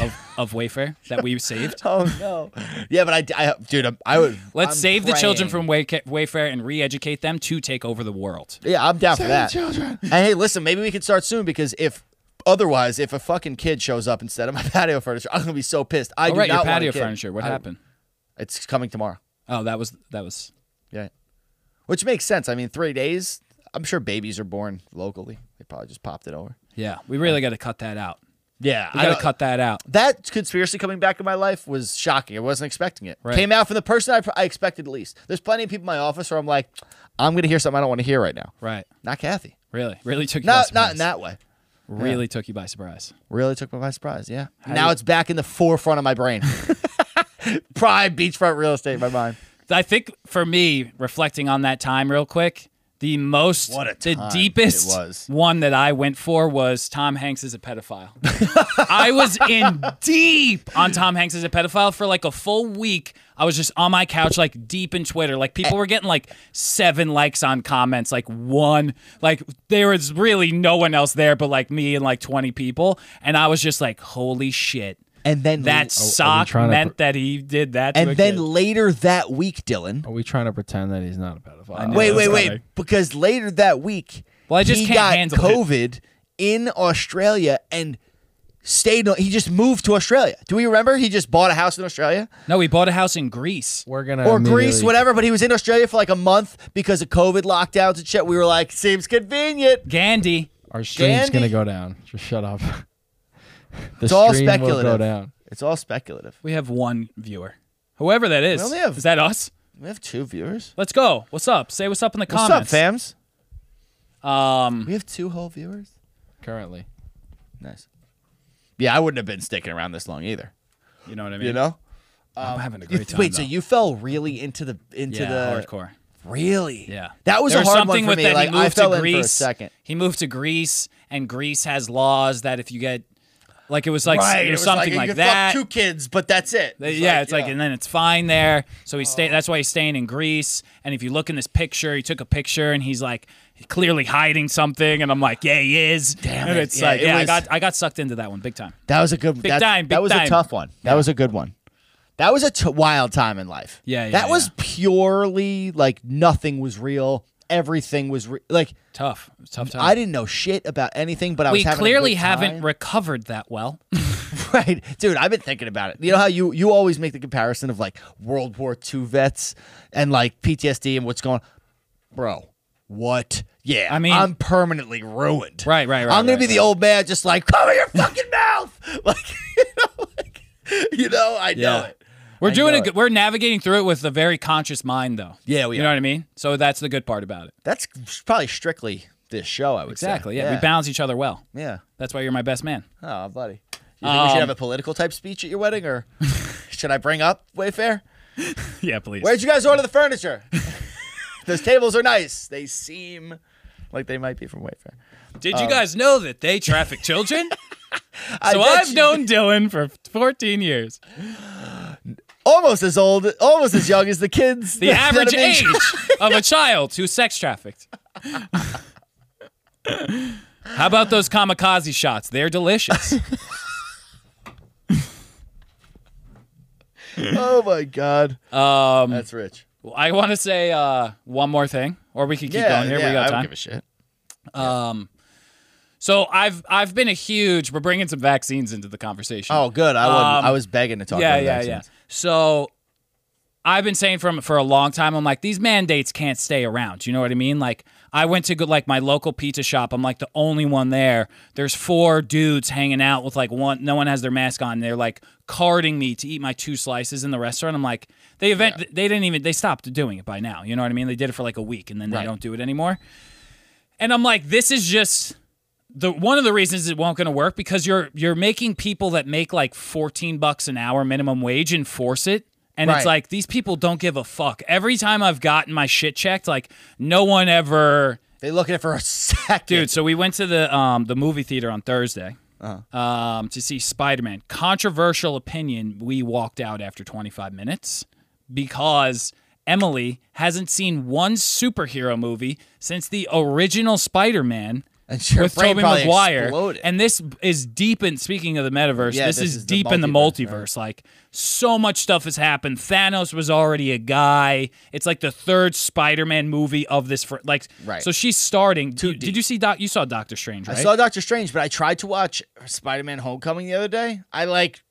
Speaker 2: of, of Wayfair that we saved.
Speaker 1: Oh no. yeah, but I, I dude, I'm, I would.
Speaker 2: Let's
Speaker 1: I'm
Speaker 2: save the children
Speaker 1: praying.
Speaker 2: from Wayca- Wayfair and re educate them to take over the world.
Speaker 1: Yeah, I'm down for that. And hey, listen, maybe we can start soon because if otherwise, if a fucking kid shows up instead of my patio furniture, I'm gonna be so pissed. I
Speaker 2: All
Speaker 1: do
Speaker 2: right,
Speaker 1: not
Speaker 2: your
Speaker 1: want a
Speaker 2: patio
Speaker 1: kid.
Speaker 2: furniture. What
Speaker 1: I-
Speaker 2: happened?
Speaker 1: It's coming tomorrow.
Speaker 2: Oh, that was that was
Speaker 1: Yeah, which makes sense. I mean, three days. I'm sure babies are born locally. They probably just popped it over.
Speaker 2: yeah. We really got to cut that out.
Speaker 1: Yeah,
Speaker 2: We got to cut that out.
Speaker 1: that conspiracy coming back in my life was shocking. I wasn't expecting it.
Speaker 2: Right.
Speaker 1: Came out from the person I, I expected at least. There's plenty of people in my office where I'm like, I'm gonna hear something I don't want to hear right now.
Speaker 2: Right.
Speaker 1: Not Kathy.
Speaker 2: Really, really took you by
Speaker 1: Not
Speaker 2: surprise.
Speaker 1: not in that way.
Speaker 2: Really took you by surprise.
Speaker 1: Really took me by surprise. Yeah. now it's back in the forefront of my brain. Prime beachfront real estate in my mind.
Speaker 2: I think for me, reflecting on that time real quick, the most,
Speaker 1: What a
Speaker 2: the
Speaker 1: time
Speaker 2: deepest
Speaker 1: it was.
Speaker 2: one that I went for was Tom Hanks is a pedophile. I was in deep on Tom Hanks is a pedophile for like a full week. I was just on my couch, like deep in Twitter. Like people were getting like seven likes on comments, like one. Like there was really no one else there but like me and like 20 people. And I was just like, holy shit.
Speaker 1: And then
Speaker 2: That sock
Speaker 3: trying to
Speaker 2: meant that he did that. to a
Speaker 1: and then
Speaker 2: kid.
Speaker 1: later that week, Dylan.
Speaker 3: Are we trying to pretend that he's not a pedophile?
Speaker 2: know.
Speaker 1: wait,
Speaker 2: that's
Speaker 1: wait, wait.
Speaker 2: coming.
Speaker 1: Because later that week,
Speaker 2: Well, I just
Speaker 1: he
Speaker 2: can't
Speaker 1: got
Speaker 2: handle it.
Speaker 1: COVID in Australia and stayed. He just moved to Australia. Do we remember? He just bought a house in Australia
Speaker 2: No, we bought a house in Greece.
Speaker 3: We're gonna
Speaker 1: or Greece,
Speaker 3: Uh, immediately-
Speaker 1: whatever. But he was in Australia for like a month because of COVID lockdowns and shit. We were like, seems convenient.
Speaker 2: Gandhi.
Speaker 3: Our stream's
Speaker 1: Gandhi-
Speaker 3: gonna go down. Just shut up. the
Speaker 1: It's all
Speaker 3: stream
Speaker 1: speculative.
Speaker 3: will go down.
Speaker 1: It's all speculative.
Speaker 2: We have one viewer. Whoever that is.
Speaker 1: We only have-
Speaker 2: Is that us?
Speaker 1: We have two viewers.
Speaker 2: Let's go. What's up? Say what's up in the
Speaker 1: What's
Speaker 2: comments.
Speaker 1: up, fams?
Speaker 2: Um,
Speaker 1: We have two whole viewers.
Speaker 3: Currently,
Speaker 1: Nice. Yeah, I wouldn't have been sticking around this long either.
Speaker 2: you know what I mean?
Speaker 1: know. Um,
Speaker 2: I'm having a great
Speaker 1: You-
Speaker 2: time.
Speaker 1: wait, so
Speaker 2: though.
Speaker 1: you fell really into the into
Speaker 2: yeah,
Speaker 1: the
Speaker 2: hardcore.
Speaker 1: Really?
Speaker 2: Yeah,
Speaker 1: That was
Speaker 2: There
Speaker 1: a hard one
Speaker 2: something
Speaker 1: for
Speaker 2: with
Speaker 1: me.
Speaker 2: That.
Speaker 1: like
Speaker 2: he moved
Speaker 1: I fell
Speaker 2: to
Speaker 1: in
Speaker 2: Greece.
Speaker 1: for a second.
Speaker 2: He moved to Greece, and Greece has laws that if you get, like, it was like
Speaker 1: right.
Speaker 2: or
Speaker 1: it was
Speaker 2: something
Speaker 1: you
Speaker 2: like,
Speaker 1: could fuck
Speaker 2: that.
Speaker 1: two kids, but that's it.
Speaker 2: They- yeah, it's like, and then it's fine there. So he's stay. That's why he's staying in Greece. And if you look in this picture, he took a picture, and he's like clearly hiding something. And I'm like, yeah, he is. Damn and
Speaker 1: it.
Speaker 2: It's
Speaker 1: Yeah,
Speaker 2: like,
Speaker 1: it
Speaker 2: yeah, I
Speaker 1: was-
Speaker 2: got, I got sucked into that one big time.
Speaker 1: that was a good. that,
Speaker 2: time,
Speaker 1: that
Speaker 2: big
Speaker 1: was
Speaker 2: time.
Speaker 1: a tough one. That was a good one. That was a t- wild time in life.
Speaker 2: Yeah, yeah,
Speaker 1: That was
Speaker 2: yeah.
Speaker 1: purely like nothing was real. Everything was re- like
Speaker 2: Tough, tough time.
Speaker 1: I didn't know shit about anything, but I
Speaker 2: we
Speaker 1: was having a
Speaker 2: clearly
Speaker 1: good
Speaker 2: haven't
Speaker 1: time.
Speaker 2: recovered that well.
Speaker 1: Right, dude. I've been thinking about it. You know how you you always make the comparison of like World War II vets and like PTSD and what's going, bro. What? Yeah,
Speaker 2: I mean-
Speaker 1: I'm permanently ruined.
Speaker 2: Right, right, right,
Speaker 1: I'm gonna
Speaker 2: right,
Speaker 1: be the
Speaker 2: right.
Speaker 1: old man, just like cover your fucking mouth, like you know, like, you know I know
Speaker 2: Yeah.
Speaker 1: it.
Speaker 2: We're
Speaker 1: I
Speaker 2: doing
Speaker 1: know
Speaker 2: it. good- We're navigating through it with a very conscious mind, though.
Speaker 1: Yeah, we
Speaker 2: You know
Speaker 1: are.
Speaker 2: what I mean. So that's the good part about it.
Speaker 1: That's probably strictly this show. I would say.
Speaker 2: Exactly. Yeah, we balance each other well.
Speaker 1: Yeah.
Speaker 2: That's why you're my best man.
Speaker 1: Oh, buddy. You think we
Speaker 2: Um,
Speaker 1: should have a political type speech at your wedding, or should I bring up Wayfair?
Speaker 2: yeah, please.
Speaker 1: Where'd you guys order the furniture? Those tables are nice. They seem like they might be from Wayfair.
Speaker 2: Did you guys know that they traffic children? so
Speaker 1: uh, bet
Speaker 2: I've
Speaker 1: you-
Speaker 2: known Dylan for 14 years.
Speaker 1: almost as old, almost as young as the kids.
Speaker 2: The
Speaker 1: that- that
Speaker 2: average
Speaker 1: have been-
Speaker 2: age of a child who's sex trafficked. How about those kamikaze shots? They're delicious.
Speaker 1: Oh my god,
Speaker 2: Um,
Speaker 1: that's rich.
Speaker 2: I want to say uh, one more thing, or we can keep going here.
Speaker 1: yeah,
Speaker 2: we got
Speaker 1: I
Speaker 2: time.
Speaker 1: Don't give a shit.
Speaker 2: So I've I've been a huge. We're bringing some vaccines into the conversation.
Speaker 1: Oh, good. I
Speaker 2: Um,
Speaker 1: wasn't, I was begging to talk.
Speaker 2: yeah,
Speaker 1: about
Speaker 2: yeah,
Speaker 1: that
Speaker 2: yeah.
Speaker 1: since.
Speaker 2: So I've been saying from for a long time. I'm like these mandates can't stay around. You know what I mean? Like I went to go, like my local pizza shop. I'm like the only one there. There's four dudes hanging out with like one. No one has their mask on. They're like carding me to eat my two slices in the restaurant. I'm like they event they didn't even they stopped doing it by now. You know what I mean? They did it for like a week and then they don't do it anymore. And I'm like this is just the one of the reasons it won't going to work because you're you're making people that make like 14 bucks an hour minimum wage enforce it and it's
Speaker 1: Right.
Speaker 2: like these people don't give a fuck every time i've gotten my shit checked like no one ever
Speaker 1: They look at it for a second.
Speaker 2: dude so we went to the um the movie theater on thursday
Speaker 1: Uh-huh.
Speaker 2: um, to see spider-man controversial opinion we walked out after 25 minutes because emily hasn't seen one superhero movie since the original spider-man
Speaker 1: and sure,
Speaker 2: with
Speaker 1: brain
Speaker 2: Tobey
Speaker 1: probably
Speaker 2: Maguire.
Speaker 1: exploded.
Speaker 2: And this is deep in speaking of the metaverse,
Speaker 1: Yeah,
Speaker 2: this,
Speaker 1: this
Speaker 2: is,
Speaker 1: is the
Speaker 2: deep in the
Speaker 1: multiverse,
Speaker 2: multiverse. Like so much stuff has happened. Thanos was already a guy. It's like the third Spider-Man movie of this fr- like
Speaker 1: Right.
Speaker 2: so she's starting Too did, you see Doc you saw Doctor Strange,
Speaker 1: I
Speaker 2: right?
Speaker 1: saw Doctor Strange, but I tried to watch Spider-Man: Homecoming the other day. I like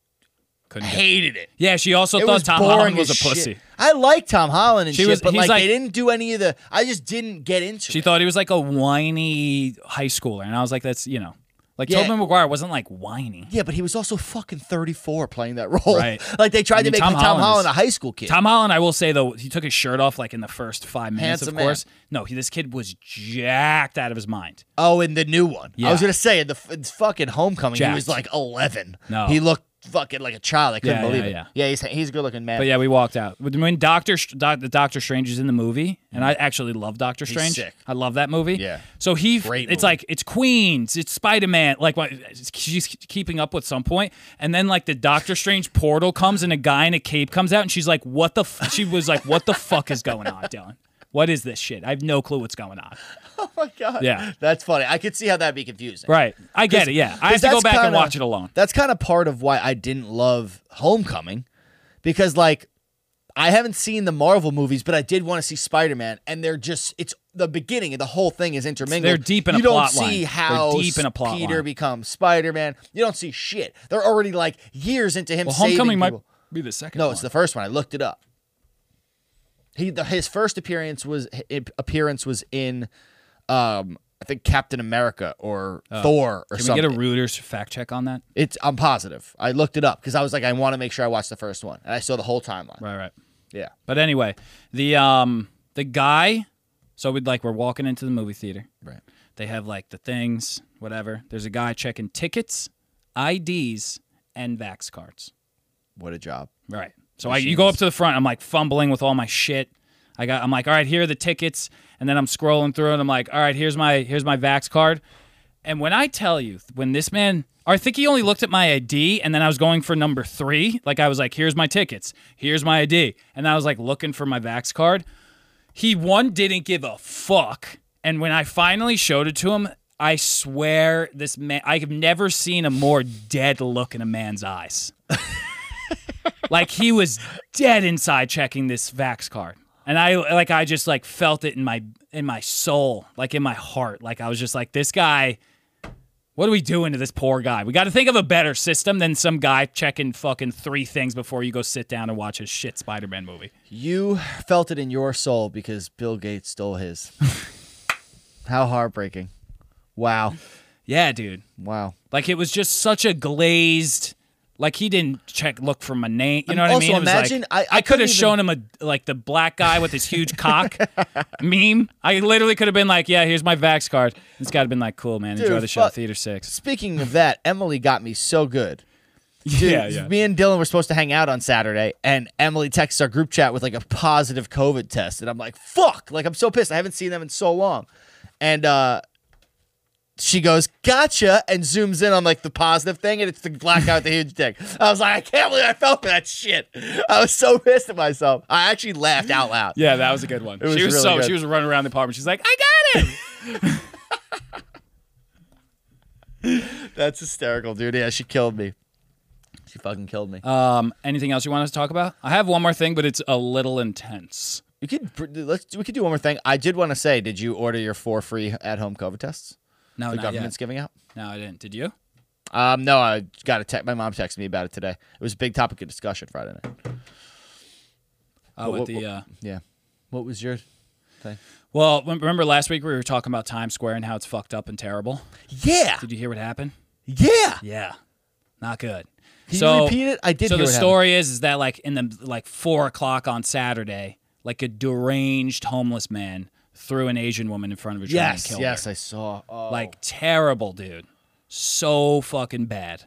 Speaker 2: Couldn't get-
Speaker 1: hated it.
Speaker 2: yeah, she also
Speaker 1: It
Speaker 2: thought
Speaker 1: was
Speaker 2: Tom
Speaker 1: boring
Speaker 2: Holland was a
Speaker 1: as shit.
Speaker 2: pussy.
Speaker 1: I like Tom Holland and
Speaker 2: She
Speaker 1: shit,
Speaker 2: was-
Speaker 1: but
Speaker 2: he's
Speaker 1: like,
Speaker 2: like-
Speaker 1: they didn't do any of the. I just didn't get into
Speaker 2: She
Speaker 1: it.
Speaker 2: thought he was like a whiny high schooler and I was like that's, you know, like
Speaker 1: Yeah.
Speaker 2: Tobey Maguire wasn't like whiny.
Speaker 1: Yeah, but he was also fucking 34 playing that role.
Speaker 2: Right.
Speaker 1: Like they tried
Speaker 2: I mean,
Speaker 1: to make
Speaker 2: Tom
Speaker 1: Tom,
Speaker 2: Holland
Speaker 1: Holland,
Speaker 2: is-
Speaker 1: a high school kid.
Speaker 2: Tom Holland, I will say though, he took his shirt off like in the first five minutes.
Speaker 1: Handsome
Speaker 2: of
Speaker 1: man.
Speaker 2: course, no, he, this kid was jacked out of his mind.
Speaker 1: oh, in the new one.
Speaker 2: Yeah.
Speaker 1: I was gonna say in the f- in fucking Homecoming, he was
Speaker 2: Jacked.
Speaker 1: like 11.
Speaker 2: No.
Speaker 1: he looked fucking like a child. I couldn't
Speaker 2: Yeah, yeah,
Speaker 1: believe it.
Speaker 2: yeah.
Speaker 1: Yeah, he's he's a good looking man.
Speaker 2: But yeah, we walked out. When Doctor Str- Doc, the Doctor Strange is in the movie, and I actually love Doctor Strange.
Speaker 1: sick.
Speaker 2: I love that movie.
Speaker 1: Yeah.
Speaker 2: So he,
Speaker 1: Great
Speaker 2: it's
Speaker 1: movie.
Speaker 2: like it's Queens, it's Spider Man. Like what, she's keeping up with some point, and then like the Doctor Strange portal comes, and a guy in a cape comes out, and she's like, "What the?" F-? She was like, "What the fuck is going on, Dylan? What is this shit? I have no clue what's going on."
Speaker 1: Oh my god.
Speaker 2: Yeah.
Speaker 1: that's funny. I could see how that'd be confusing.
Speaker 2: Right. I get it. Yeah. I have to go
Speaker 1: that's
Speaker 2: back and
Speaker 1: kinda-
Speaker 2: watch it alone.
Speaker 1: That's kind of part of why I didn't love Homecoming, because like I haven't seen the Marvel movies, but I did want to see Spider Man, and they're just it's the beginning and the whole thing is intermingled.
Speaker 2: They're deep in a
Speaker 1: you don't
Speaker 2: plot
Speaker 1: see
Speaker 2: line. They're
Speaker 1: how
Speaker 2: deep in a plot
Speaker 1: Peter
Speaker 2: line.
Speaker 1: becomes Spider Man. You don't see shit. They're already like years into him.
Speaker 2: Well,
Speaker 1: saving
Speaker 2: Homecoming might
Speaker 1: people.
Speaker 2: be the second.
Speaker 1: No, it's the first one. I looked it up. He the, his first appearance was hi- appearance was in, um, I think Captain America or Thor or
Speaker 2: Oh. Can we
Speaker 1: something.
Speaker 2: get a Reuters fact check on that?
Speaker 1: It's I'm positive. I looked it up because I was like, I want to make sure I watch the first one, and I saw the whole timeline.
Speaker 2: Right, right.
Speaker 1: Yeah,
Speaker 2: But anyway, the um the guy. So we'd like we're walking into the movie theater.
Speaker 1: right.
Speaker 2: They have like the things, whatever. There's a guy checking tickets, IDs, and vax cards.
Speaker 1: What a job.
Speaker 2: Right. So I, you go up to the front. I'm like fumbling with all my shit. I got I'm like, all right, here are the tickets, and then I'm scrolling through and I'm like, all right, here's my here's my Vax card. And when I tell you, when this man, I think he only looked at my ID, and then I was going for number three. Like I was like, here's my tickets, here's my ID, and I was like looking for my Vax card he one didn't give a fuck and when i finally showed it to him i swear this man i've never seen a more dead look in a man's eyes like he was dead inside checking this vax card and i like i just like felt it in my in my soul like in my heart like i was just like this guy what are we doing to this poor guy? We got to think of a better system than some guy checking fucking three things before you go sit down and watch a shit Spider-Man movie.
Speaker 1: You felt it in your soul because Bill Gates stole his. How heartbreaking. Wow.
Speaker 2: Yeah, dude.
Speaker 1: Wow.
Speaker 2: Like it was just such a glazed. Like he didn't check look for my name. You know
Speaker 1: Um,
Speaker 2: what
Speaker 1: also
Speaker 2: I mean? It was like-
Speaker 1: imagine- I- I
Speaker 2: could have
Speaker 1: couldn't
Speaker 2: shown him a like the black guy with his huge cock meme. I literally could have been like, "Yeah, here's my Vax card." It's got to been like, "Cool, man, enjoy
Speaker 1: Dude,
Speaker 2: the show,
Speaker 1: fuck.
Speaker 2: theater six.
Speaker 1: Speaking of that, Emily got me so good. Dude,
Speaker 2: yeah, yeah.
Speaker 1: Me and Dylan were supposed to hang out on Saturday, and Emily texts our group chat with like a positive COVID test, and I'm like, "Fuck!" Like I'm so pissed. I haven't seen them in so long, and uh, she goes, "Gotcha," and zooms in on like the positive thing, and it's the black guy with the huge dick. I was like, I can't believe I fell for that shit. I was so pissed at myself. I actually laughed out loud.
Speaker 2: Yeah, that was a good one.
Speaker 1: was
Speaker 2: she was
Speaker 1: really
Speaker 2: so
Speaker 1: good.
Speaker 2: she was running around the apartment. She's like, "I got it."
Speaker 1: That's hysterical, dude. Yeah, she killed me. She fucking killed me.
Speaker 2: um, anything else you want us to talk about? I have one more thing, but it's a little intense.
Speaker 1: We could br- let's we could do one more thing. I did want to say, did you order your four free at home COVID tests?
Speaker 2: No,
Speaker 1: The
Speaker 2: Oh, not yet.
Speaker 1: government's giving out.
Speaker 2: No, I didn't. Did you?
Speaker 1: Um, no, I got a text. My mom texted me about it today. It was a big topic of discussion Friday night.
Speaker 2: Oh, with
Speaker 1: what-
Speaker 2: the.
Speaker 1: what-
Speaker 2: Uh,
Speaker 1: Yeah. What was your thing?
Speaker 2: well, rem- remember last week we were talking about Times Square and how it's fucked up and terrible.
Speaker 1: Yeah.
Speaker 2: Did you hear what happened?
Speaker 1: Yeah.
Speaker 2: Yeah, not good.
Speaker 1: Can
Speaker 2: so
Speaker 1: you repeat it? I did.
Speaker 2: so
Speaker 1: hear
Speaker 2: the
Speaker 1: what happened.
Speaker 2: story is is that like in the like four o'clock on Saturday, like a deranged homeless man threw an Asian woman in front of a train and
Speaker 1: Yes.
Speaker 2: killed
Speaker 1: Yes,
Speaker 2: her.
Speaker 1: I saw. Oh.
Speaker 2: Like terrible, dude. So fucking bad.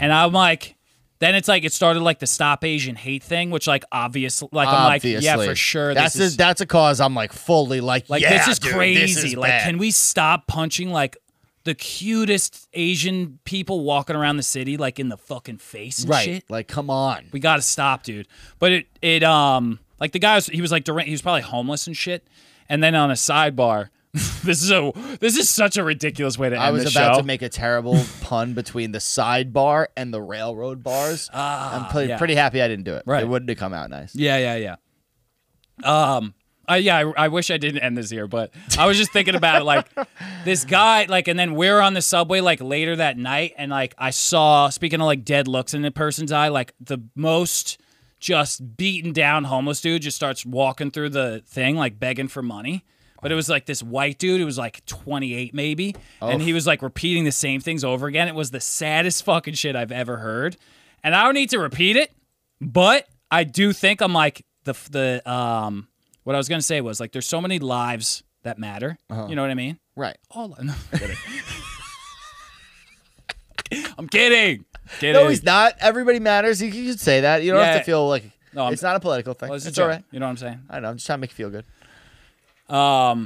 Speaker 2: And I'm like. Then it's like it started like the stop Asian hate thing, which like obviously, like
Speaker 1: Obviously.
Speaker 2: I'm like, yeah, for sure.
Speaker 1: That's
Speaker 2: this
Speaker 1: a, that's a cause I'm like fully like
Speaker 2: like
Speaker 1: yeah,
Speaker 2: this is
Speaker 1: dude,
Speaker 2: crazy.
Speaker 1: This is
Speaker 2: like,
Speaker 1: bad.
Speaker 2: can we stop punching like the cutest Asian people walking around the city like in the fucking face and
Speaker 1: right?
Speaker 2: shit?
Speaker 1: Like come on.
Speaker 2: We gotta stop, dude. But it it um like the guy was he was like Durant he was probably homeless and shit. And then on a sidebar, this is a this is such a ridiculous way to end
Speaker 1: I was
Speaker 2: this
Speaker 1: about
Speaker 2: show.
Speaker 1: to make a terrible pun between the sidebar and the railroad bars. I'm pretty,
Speaker 2: Ah, yeah.
Speaker 1: pretty happy I didn't do it.
Speaker 2: Right.
Speaker 1: It wouldn't have come out nice.
Speaker 2: Yeah, yeah, yeah. Um, I, yeah, I, I wish I didn't end this here, but I was just thinking about it, like this guy, like, and then we're on the subway like later that night, and like I saw, speaking of like dead looks in the person's eye, like the most just beaten down homeless dude just starts walking through the thing like begging for money. But it was like this white dude who was like 28 maybe, and he was like repeating the same things over again. It was the saddest fucking shit I've ever heard, and I don't need to repeat it. But I do think I'm like the the um what I was gonna say was like there's so many lives that matter.
Speaker 1: Uh-huh.
Speaker 2: You know what I mean?
Speaker 1: Right.
Speaker 2: All no, I'm kidding. I'm kidding. Kidding.
Speaker 1: No, he's not. Everybody matters. You can say that. You don't have
Speaker 2: Yeah.
Speaker 1: to feel like
Speaker 2: No, I'm-
Speaker 1: it's not a political thing.
Speaker 2: Well, it's
Speaker 1: it's
Speaker 2: a
Speaker 1: all
Speaker 2: joke.
Speaker 1: right.
Speaker 2: You know what I'm saying?
Speaker 1: I know. I'm just trying to make you feel good.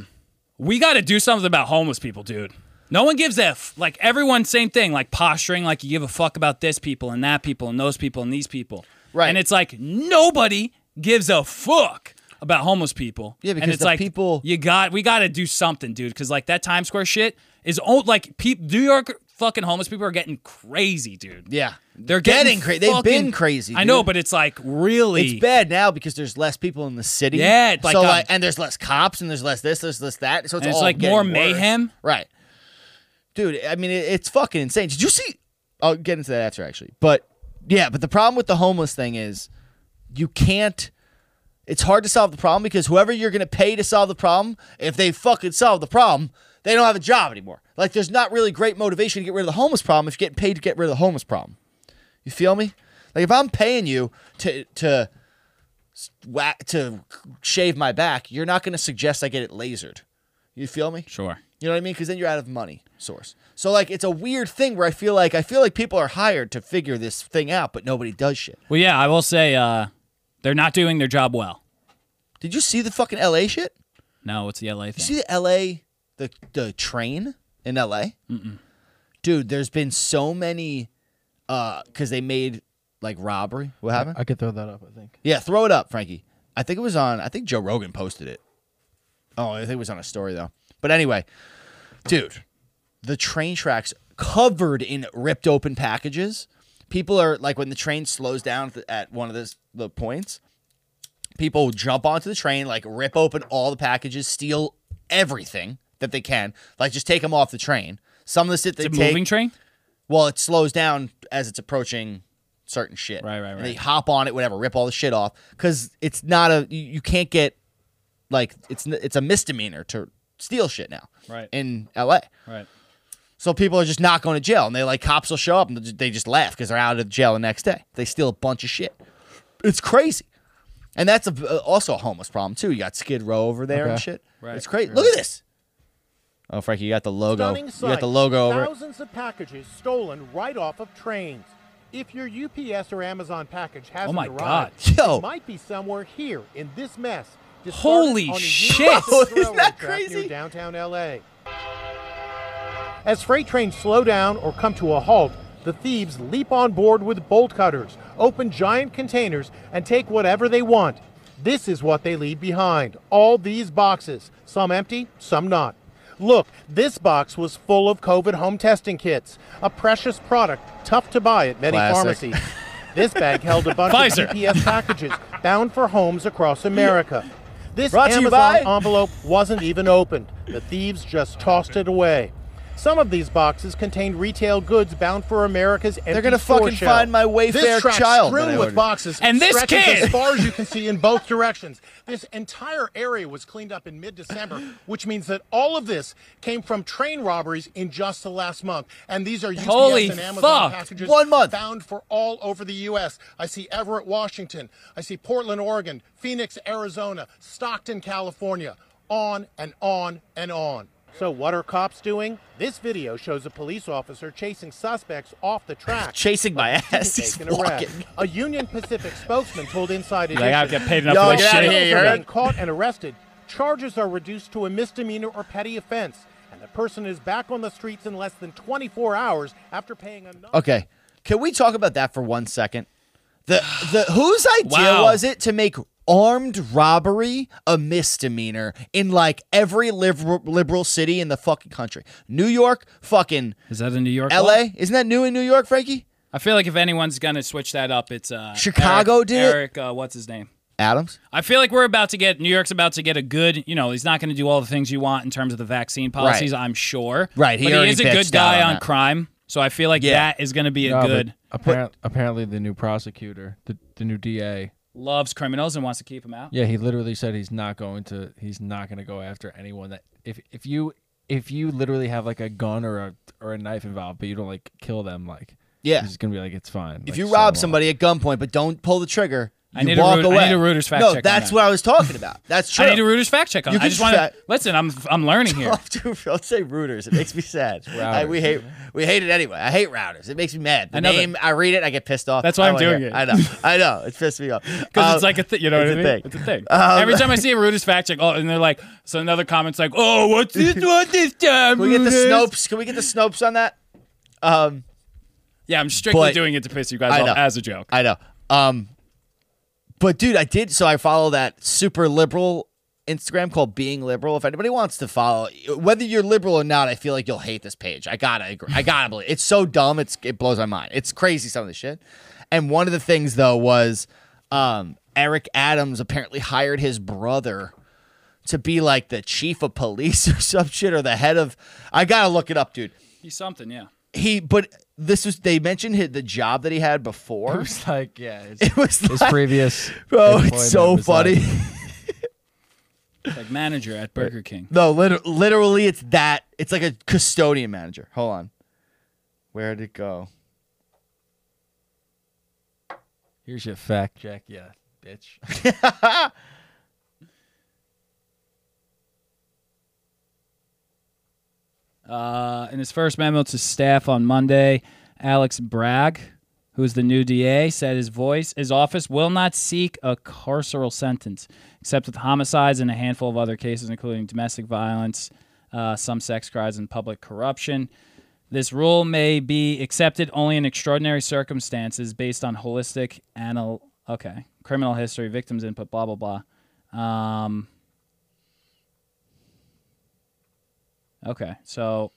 Speaker 2: We got to do something about homeless people, dude. No one gives a f. Like everyone, same thing. Like posturing, like you give a fuck about this people and that people and those people and these people.
Speaker 1: Right.
Speaker 2: And it's like nobody gives a fuck about homeless people.
Speaker 1: Yeah, because
Speaker 2: and it's
Speaker 1: the
Speaker 2: like
Speaker 1: people-
Speaker 2: You got. We got to do something, dude. Because like that Times Square shit is old. Like peop New York fucking homeless people are getting crazy, dude.
Speaker 1: Yeah.
Speaker 2: They're getting,
Speaker 1: crazy. They've
Speaker 2: fucking-
Speaker 1: been crazy.
Speaker 2: I know,
Speaker 1: dude.
Speaker 2: but it's like really.
Speaker 1: it's bad now because there's less people in the city.
Speaker 2: Yeah, it's like,
Speaker 1: so
Speaker 2: um,
Speaker 1: like, and there's less cops, and there's less this, there's less that. So it's,
Speaker 2: And it's
Speaker 1: all
Speaker 2: like
Speaker 1: getting
Speaker 2: more
Speaker 1: worse.
Speaker 2: mayhem?
Speaker 1: Right, dude. I mean, it, it's fucking insane. Did you see? I'll get into that after actually, but yeah. But the problem with the homeless thing is, you can't. It's hard to solve the problem because whoever you're gonna pay to solve the problem, if they fucking solve the problem, they don't have a job anymore. Like, there's not really great motivation to get rid of the homeless problem if you're getting paid to get rid of the homeless problem. You feel me? Like, if I'm paying you to to whack to shave my back, you're not going to suggest I get it lasered. You feel me?
Speaker 2: Sure.
Speaker 1: You know what I mean? Because then you're out of money source. So like, it's a weird thing where I feel like I feel like people are hired to figure this thing out, but nobody does shit.
Speaker 2: Well, yeah, I will say uh, they're not doing their job well.
Speaker 1: Did you see the fucking LA shit?
Speaker 2: No, it's the LA
Speaker 1: You
Speaker 2: thing.
Speaker 1: see the LA the the train in LA? Dude, there's been so many uh cuz they made like robbery. What happened?
Speaker 3: I could throw that up. I think.
Speaker 1: Yeah, throw it up, Frankie. I think it was on. I think Joe Rogan posted it. Oh, I think it was on a story though. But anyway, dude, the train tracks covered in ripped open packages. People are like when the train slows down at the- at one of those the points, people jump onto the train, like rip open all the packages, steal everything that they can, like just take them off the train. Some of the shit they
Speaker 2: It's a
Speaker 1: take,
Speaker 2: moving train.
Speaker 1: well, it slows down as it's approaching certain shit.
Speaker 2: Right, right,
Speaker 1: And they
Speaker 2: right.
Speaker 1: hop on it, whatever, rip all the shit off, because it's not a you, you can't get like it's n- it's a misdemeanor to steal shit now.
Speaker 2: Right.
Speaker 1: In L.A.
Speaker 2: Right.
Speaker 1: So people are just not going to jail, and they like cops will show up and they ju- they just laugh because they're out of jail the next day. They steal a bunch of shit. It's crazy, and that's a, uh, also a homeless problem too. You got Skid Row over there and
Speaker 3: Okay.
Speaker 1: shit.
Speaker 2: Right.
Speaker 1: It's crazy. Look at this. Oh, Frankie, you got the logo. You got the logo over. it.
Speaker 6: Thousands of packages stolen right off of trains. If your UPS or Amazon package hasn't
Speaker 2: Oh my
Speaker 1: God.
Speaker 6: arrived,
Speaker 1: Yo.
Speaker 6: it might be somewhere here in this mess. discarded
Speaker 2: Holy
Speaker 6: on a
Speaker 2: shit.
Speaker 6: U.S.
Speaker 1: Isn't
Speaker 6: railroad
Speaker 1: that
Speaker 6: track near
Speaker 1: crazy?
Speaker 6: Downtown LA. As freight trains slow down or come to a halt, the thieves leap on board with bolt cutters, open giant containers, and take whatever they want. This is what they leave behind all these boxes, some empty, some not. Look, this box was full of COVID home testing kits, a precious product tough to buy at many
Speaker 1: Classic.
Speaker 6: pharmacies. This bag held a bunch
Speaker 2: Pfizer.
Speaker 6: of UPS packages bound for homes across America. This
Speaker 1: Brought to you
Speaker 6: Amazon
Speaker 1: by-
Speaker 6: envelope wasn't even opened. The thieves just tossed it away. Some of these boxes contained retail goods bound for America's empty
Speaker 1: gonna
Speaker 6: store
Speaker 1: fucking
Speaker 6: shelf.
Speaker 1: find my Wayfair
Speaker 6: this track's
Speaker 1: child that I
Speaker 6: strewn
Speaker 1: ordered.
Speaker 6: with boxes
Speaker 2: And this
Speaker 6: stretches
Speaker 2: kid!
Speaker 6: as far as you can see in both directions. This entire area was cleaned up in mid-December, which means that all of this came from train robberies in just the last month. And these are UPS
Speaker 2: Holy
Speaker 6: and Amazon
Speaker 2: fuck.
Speaker 6: packages
Speaker 1: One month.
Speaker 6: bound for all over the U.S. I see Everett, Washington. I see Portland, Oregon, Phoenix, Arizona, Stockton, California. On and on and on. So, what are cops doing? This video shows a police officer chasing suspects off the track.
Speaker 1: Chasing my ass.
Speaker 6: Make
Speaker 1: He's
Speaker 6: an
Speaker 1: walking.
Speaker 6: arrest. A Union Pacific spokesman told Inside Edition.
Speaker 2: Like, I get paid enough
Speaker 1: Yo,
Speaker 2: for this
Speaker 1: get outta
Speaker 2: shit.
Speaker 1: here, you
Speaker 6: Criminals are
Speaker 1: heard?
Speaker 6: being caught and arrested. Charges are reduced to a misdemeanor or petty offense, and the person is back on the streets in less than 24 hours after paying a.
Speaker 1: Okay. Can we talk about that for one second? The the whose idea
Speaker 2: Wow.
Speaker 1: was it to make armed robbery a misdemeanor in like every liberal, liberal city in the fucking country? New York, fucking
Speaker 2: Is that in New York? law?
Speaker 1: LA. Isn't that new in New York, Frankie?
Speaker 2: I feel like if anyone's gonna switch that up, it's uh,
Speaker 1: Chicago
Speaker 2: Eric,
Speaker 1: did it?
Speaker 2: Eric, uh, what's his name?
Speaker 1: Adams?
Speaker 2: I feel like we're about to get New York's about to get a good. You know, he's not going to do all the things you want in terms of the vaccine policies. I'm sure.
Speaker 1: Right, he
Speaker 2: but he
Speaker 1: already
Speaker 2: is a
Speaker 1: bitched
Speaker 2: good
Speaker 1: out
Speaker 2: guy
Speaker 1: on
Speaker 2: on
Speaker 1: that.
Speaker 2: crime, so I feel like
Speaker 1: Yeah.
Speaker 2: that is going to be a
Speaker 3: No, but
Speaker 2: good.
Speaker 3: apparent- apparently, the new prosecutor, the, the new DA.
Speaker 2: Loves criminals and wants to keep him out.
Speaker 3: Yeah, he literally said he's not going to. He's not going to go after anyone that if if you if you literally have like a gun or a or a knife involved, but you don't like kill them, like
Speaker 1: Yeah.
Speaker 3: he's just gonna be like it's fine.
Speaker 1: If
Speaker 3: like,
Speaker 1: you
Speaker 3: so
Speaker 1: rob
Speaker 3: long.
Speaker 1: somebody at gunpoint but don't pull the trigger, you
Speaker 2: I need a
Speaker 1: walk
Speaker 2: Reut- I
Speaker 1: away.
Speaker 2: need a Reuters fact
Speaker 1: no,
Speaker 2: check on
Speaker 1: that's
Speaker 2: that.
Speaker 1: what I was talking about. That's true.
Speaker 2: I need a Reuters fact check on.
Speaker 1: You
Speaker 2: it. I
Speaker 1: can
Speaker 2: just want to
Speaker 1: fact-
Speaker 2: listen. I'm I'm learning here.
Speaker 1: Dude, don't say routers. It makes me sad. I, we hate we hate it anyway. I hate routers. It makes me mad. The
Speaker 2: I know that-
Speaker 1: name, I read it, I get pissed off.
Speaker 2: That's why
Speaker 1: I
Speaker 2: I'm
Speaker 1: wanna
Speaker 2: doing
Speaker 1: hear
Speaker 2: it.
Speaker 1: I know. I know. It pissed me off
Speaker 2: Because
Speaker 1: Um,
Speaker 2: it's like a thing, you know
Speaker 1: it's
Speaker 2: what I mean?
Speaker 1: a thing. Uh,
Speaker 2: It's a thing. Every time I see a Reuters fact check, oh, and they're like, so another comment's like, oh, what's this one this time?
Speaker 1: Can we get the
Speaker 2: Reuters?"
Speaker 1: Snopes? Can we get the Snopes on that?
Speaker 2: Yeah, I'm strictly
Speaker 1: But-
Speaker 2: doing it to piss you guys
Speaker 1: I
Speaker 2: off
Speaker 1: know.
Speaker 2: as a joke.
Speaker 1: I know. Um, but dude, I did. So I follow that super liberal Instagram called Being Liberal. If anybody wants to follow, whether you're liberal or not, I feel like you'll hate this page. I gotta agree. I gotta believe it's so dumb. It's it blows my mind. It's crazy some of the shit. And one of the things though was, um, Eric Adams apparently hired his brother to be like the chief of police or some shit or the head of. I gotta look it up, dude.
Speaker 2: He's something, yeah.
Speaker 1: He, but this was they mentioned hi- the job that he had before.
Speaker 3: It's like yeah, it's,
Speaker 1: It was
Speaker 3: his
Speaker 1: like-
Speaker 3: previous.
Speaker 1: Bro,
Speaker 3: employment
Speaker 1: it's so
Speaker 3: was like-
Speaker 1: funny.
Speaker 2: Like manager at Burger King.
Speaker 1: no, liter- literally, it's that. It's like a custodian manager. Hold on. Where'd it go?
Speaker 3: Here's your fact check. Yeah, bitch.
Speaker 2: Uh, in his first memo to staff on Monday, Alex Bragg who is the new DA, said his voice, his office will not seek a carceral sentence, except with homicides and a handful of other cases, including domestic violence, uh, some sex crimes, and public corruption. This rule may be accepted only in extraordinary circumstances based on holistic anal okay criminal history, victims input, blah blah blah. Um, okay, so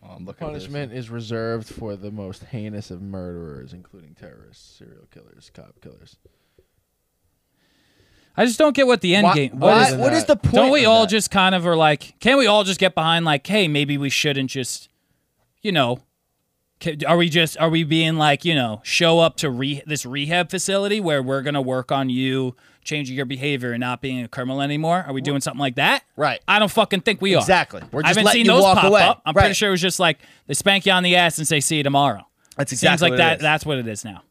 Speaker 1: Oh, I'm looking at this.
Speaker 7: Punishment is reserved for the most heinous of murderers, including terrorists, serial killers, cop killers.
Speaker 2: I just don't get what the end
Speaker 1: Why-
Speaker 2: game.
Speaker 1: why-
Speaker 7: is
Speaker 1: what
Speaker 7: that?
Speaker 1: is the point?
Speaker 2: don't we
Speaker 1: of
Speaker 2: all
Speaker 1: that?
Speaker 2: just kind of are like can we all just get behind like hey maybe we shouldn't just you know ca- are we just are we being like you know show up to re- this rehab facility where we're going to work on you changing your behavior and not being a criminal anymore are we doing something like that
Speaker 1: Right.
Speaker 2: i don't fucking think we are
Speaker 1: Exactly. We're
Speaker 2: i
Speaker 1: just
Speaker 2: haven't
Speaker 1: letting
Speaker 2: seen
Speaker 1: you
Speaker 2: those
Speaker 1: walk
Speaker 2: pop
Speaker 1: away.
Speaker 2: up i'm pretty
Speaker 1: Right.
Speaker 2: sure it was just like they spank you on the ass and say see you tomorrow
Speaker 1: That's
Speaker 2: seems
Speaker 1: exactly
Speaker 2: like
Speaker 1: what it
Speaker 2: that
Speaker 1: is.
Speaker 2: that's what it is now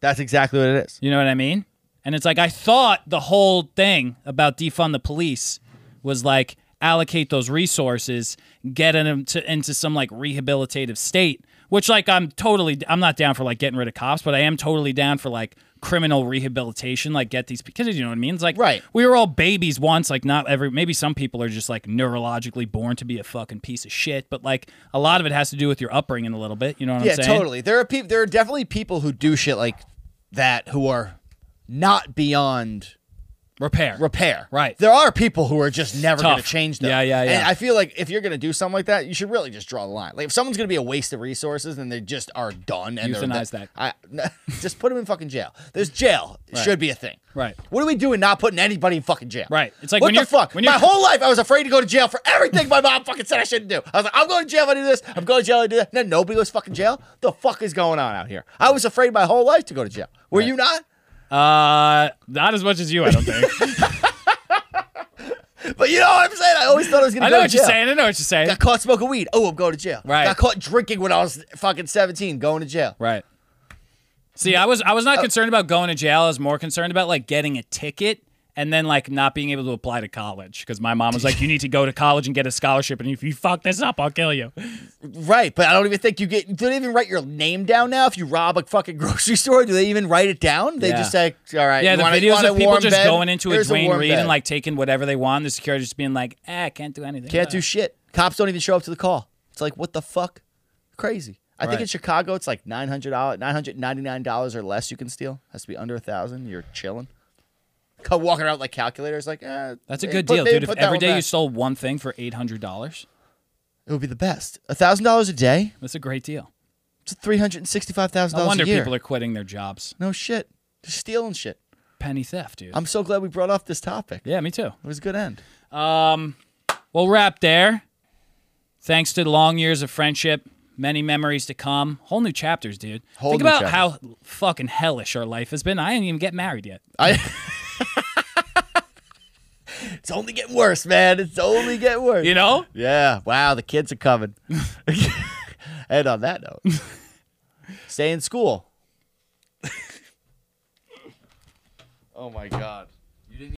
Speaker 1: That's exactly what it is.
Speaker 2: you know what I mean? And it's like I thought the whole thing about defund the police was like allocate those resources, get them to, into some like rehabilitative state. Which like I'm totally I'm not down for like getting rid of cops, but I am totally down for like criminal rehabilitation. Like get these because you know what I mean. It's like
Speaker 1: Right.
Speaker 2: we were all babies once. Like not every maybe some people are just like neurologically born to be a fucking piece of shit, but like a lot of it has to do with your upbringing a little bit. You know what
Speaker 1: yeah,
Speaker 2: I'm saying?
Speaker 1: totally. There are people. There are definitely people who do shit like that who are not beyond
Speaker 2: Repair.
Speaker 1: repair.
Speaker 2: Right.
Speaker 1: There are people who are just never going to
Speaker 2: Tough.
Speaker 1: change them.
Speaker 2: Yeah, yeah,
Speaker 1: And
Speaker 2: yeah.
Speaker 1: I feel like if you're going to do something like that, you should really just draw the line. Like if someone's going to be a waste of resources and they just are done and they're-
Speaker 2: Euthanize that.
Speaker 1: I, just put them in fucking jail. There's jail. It Should be a thing.
Speaker 2: Right.
Speaker 1: What are we doing? Not putting anybody in fucking jail.
Speaker 2: Right. It's like
Speaker 1: what
Speaker 2: when
Speaker 1: the
Speaker 2: you're-
Speaker 1: fuck.
Speaker 2: when
Speaker 1: My
Speaker 2: you're-
Speaker 1: whole life I was afraid to go to jail for everything my mom fucking said I shouldn't do. I was like, I'm going to jail if I do this. I'm going to jail if I do that. And then nobody goes fucking jail. The fuck is going on out here? I was afraid my whole life to go to jail. Were you not?
Speaker 2: Uh, not as much as you, I don't think.
Speaker 1: But you know what I'm saying. I always thought I was going
Speaker 2: I
Speaker 1: to
Speaker 2: know
Speaker 1: go to
Speaker 2: what
Speaker 1: jail.
Speaker 2: you're saying. I know what you're saying.
Speaker 1: Got caught smoking weed. Oh, I'm going to jail.
Speaker 2: Right.
Speaker 1: Got caught drinking when I was fucking 17, going to jail.
Speaker 2: Right. See, I was I
Speaker 1: Uh,
Speaker 2: was not concerned about going to jail. I was more concerned about like getting a ticket and then like not being able to apply to college because my mom was like, "You need to go to college and get a scholarship, and if you fuck this up, I'll kill you."
Speaker 1: Uh, Right, but I don't even think you get. Do they even write your name down now? If you rob a fucking grocery store, do they even write it down? They
Speaker 2: Yeah.
Speaker 1: just say, "All right,
Speaker 2: Yeah,
Speaker 1: you
Speaker 2: the
Speaker 1: want, a- you
Speaker 2: videos
Speaker 1: want
Speaker 2: of
Speaker 1: a
Speaker 2: people
Speaker 1: warm
Speaker 2: just
Speaker 1: bed?
Speaker 2: going into a
Speaker 1: Here's
Speaker 2: Dwayne
Speaker 1: warm
Speaker 2: Reed and
Speaker 1: bed."
Speaker 2: like taking whatever they want. The security just being like, "Ah, can't do anything.
Speaker 1: can't do shit. Cops don't even show up to the call. It's like what the fuck, crazy. I think
Speaker 2: Right.
Speaker 1: in Chicago it's like nine hundred dollars, nine hundred ninety nine dollars or less you can steal. Has to be under a thousand. You're chilling. Come walking around with like calculators, like eh,
Speaker 2: That's a
Speaker 1: maybe
Speaker 2: good
Speaker 1: put-
Speaker 2: deal,
Speaker 1: maybe
Speaker 2: dude. If
Speaker 1: put that
Speaker 2: every
Speaker 1: one
Speaker 2: day you
Speaker 1: back.
Speaker 2: stole one thing for eight hundred dollars,
Speaker 1: it would be the best. A thousand dollars a day.
Speaker 2: that's a great deal.
Speaker 1: It's three hundred and sixty-five thousand
Speaker 2: No
Speaker 1: dollars
Speaker 2: wonder
Speaker 1: a year.
Speaker 2: people are quitting their jobs.
Speaker 1: no shit, just stealing shit.
Speaker 2: Penny theft, dude.
Speaker 1: I'm so glad we brought up this topic.
Speaker 2: yeah, me too.
Speaker 1: It was a good end.
Speaker 2: Um, we'll wrap there. Thanks to long years of friendship, many memories to come, whole new chapters, dude.
Speaker 1: Whole
Speaker 2: Think
Speaker 1: new
Speaker 2: about
Speaker 1: chapters.
Speaker 2: how fucking hellish our life has been. I didn't even get married yet.
Speaker 1: I. it's only getting worse, man. It's only getting worse.
Speaker 2: You know?
Speaker 1: Yeah. Wow. The kids are coming. and on that note, stay in school.
Speaker 7: Oh my god.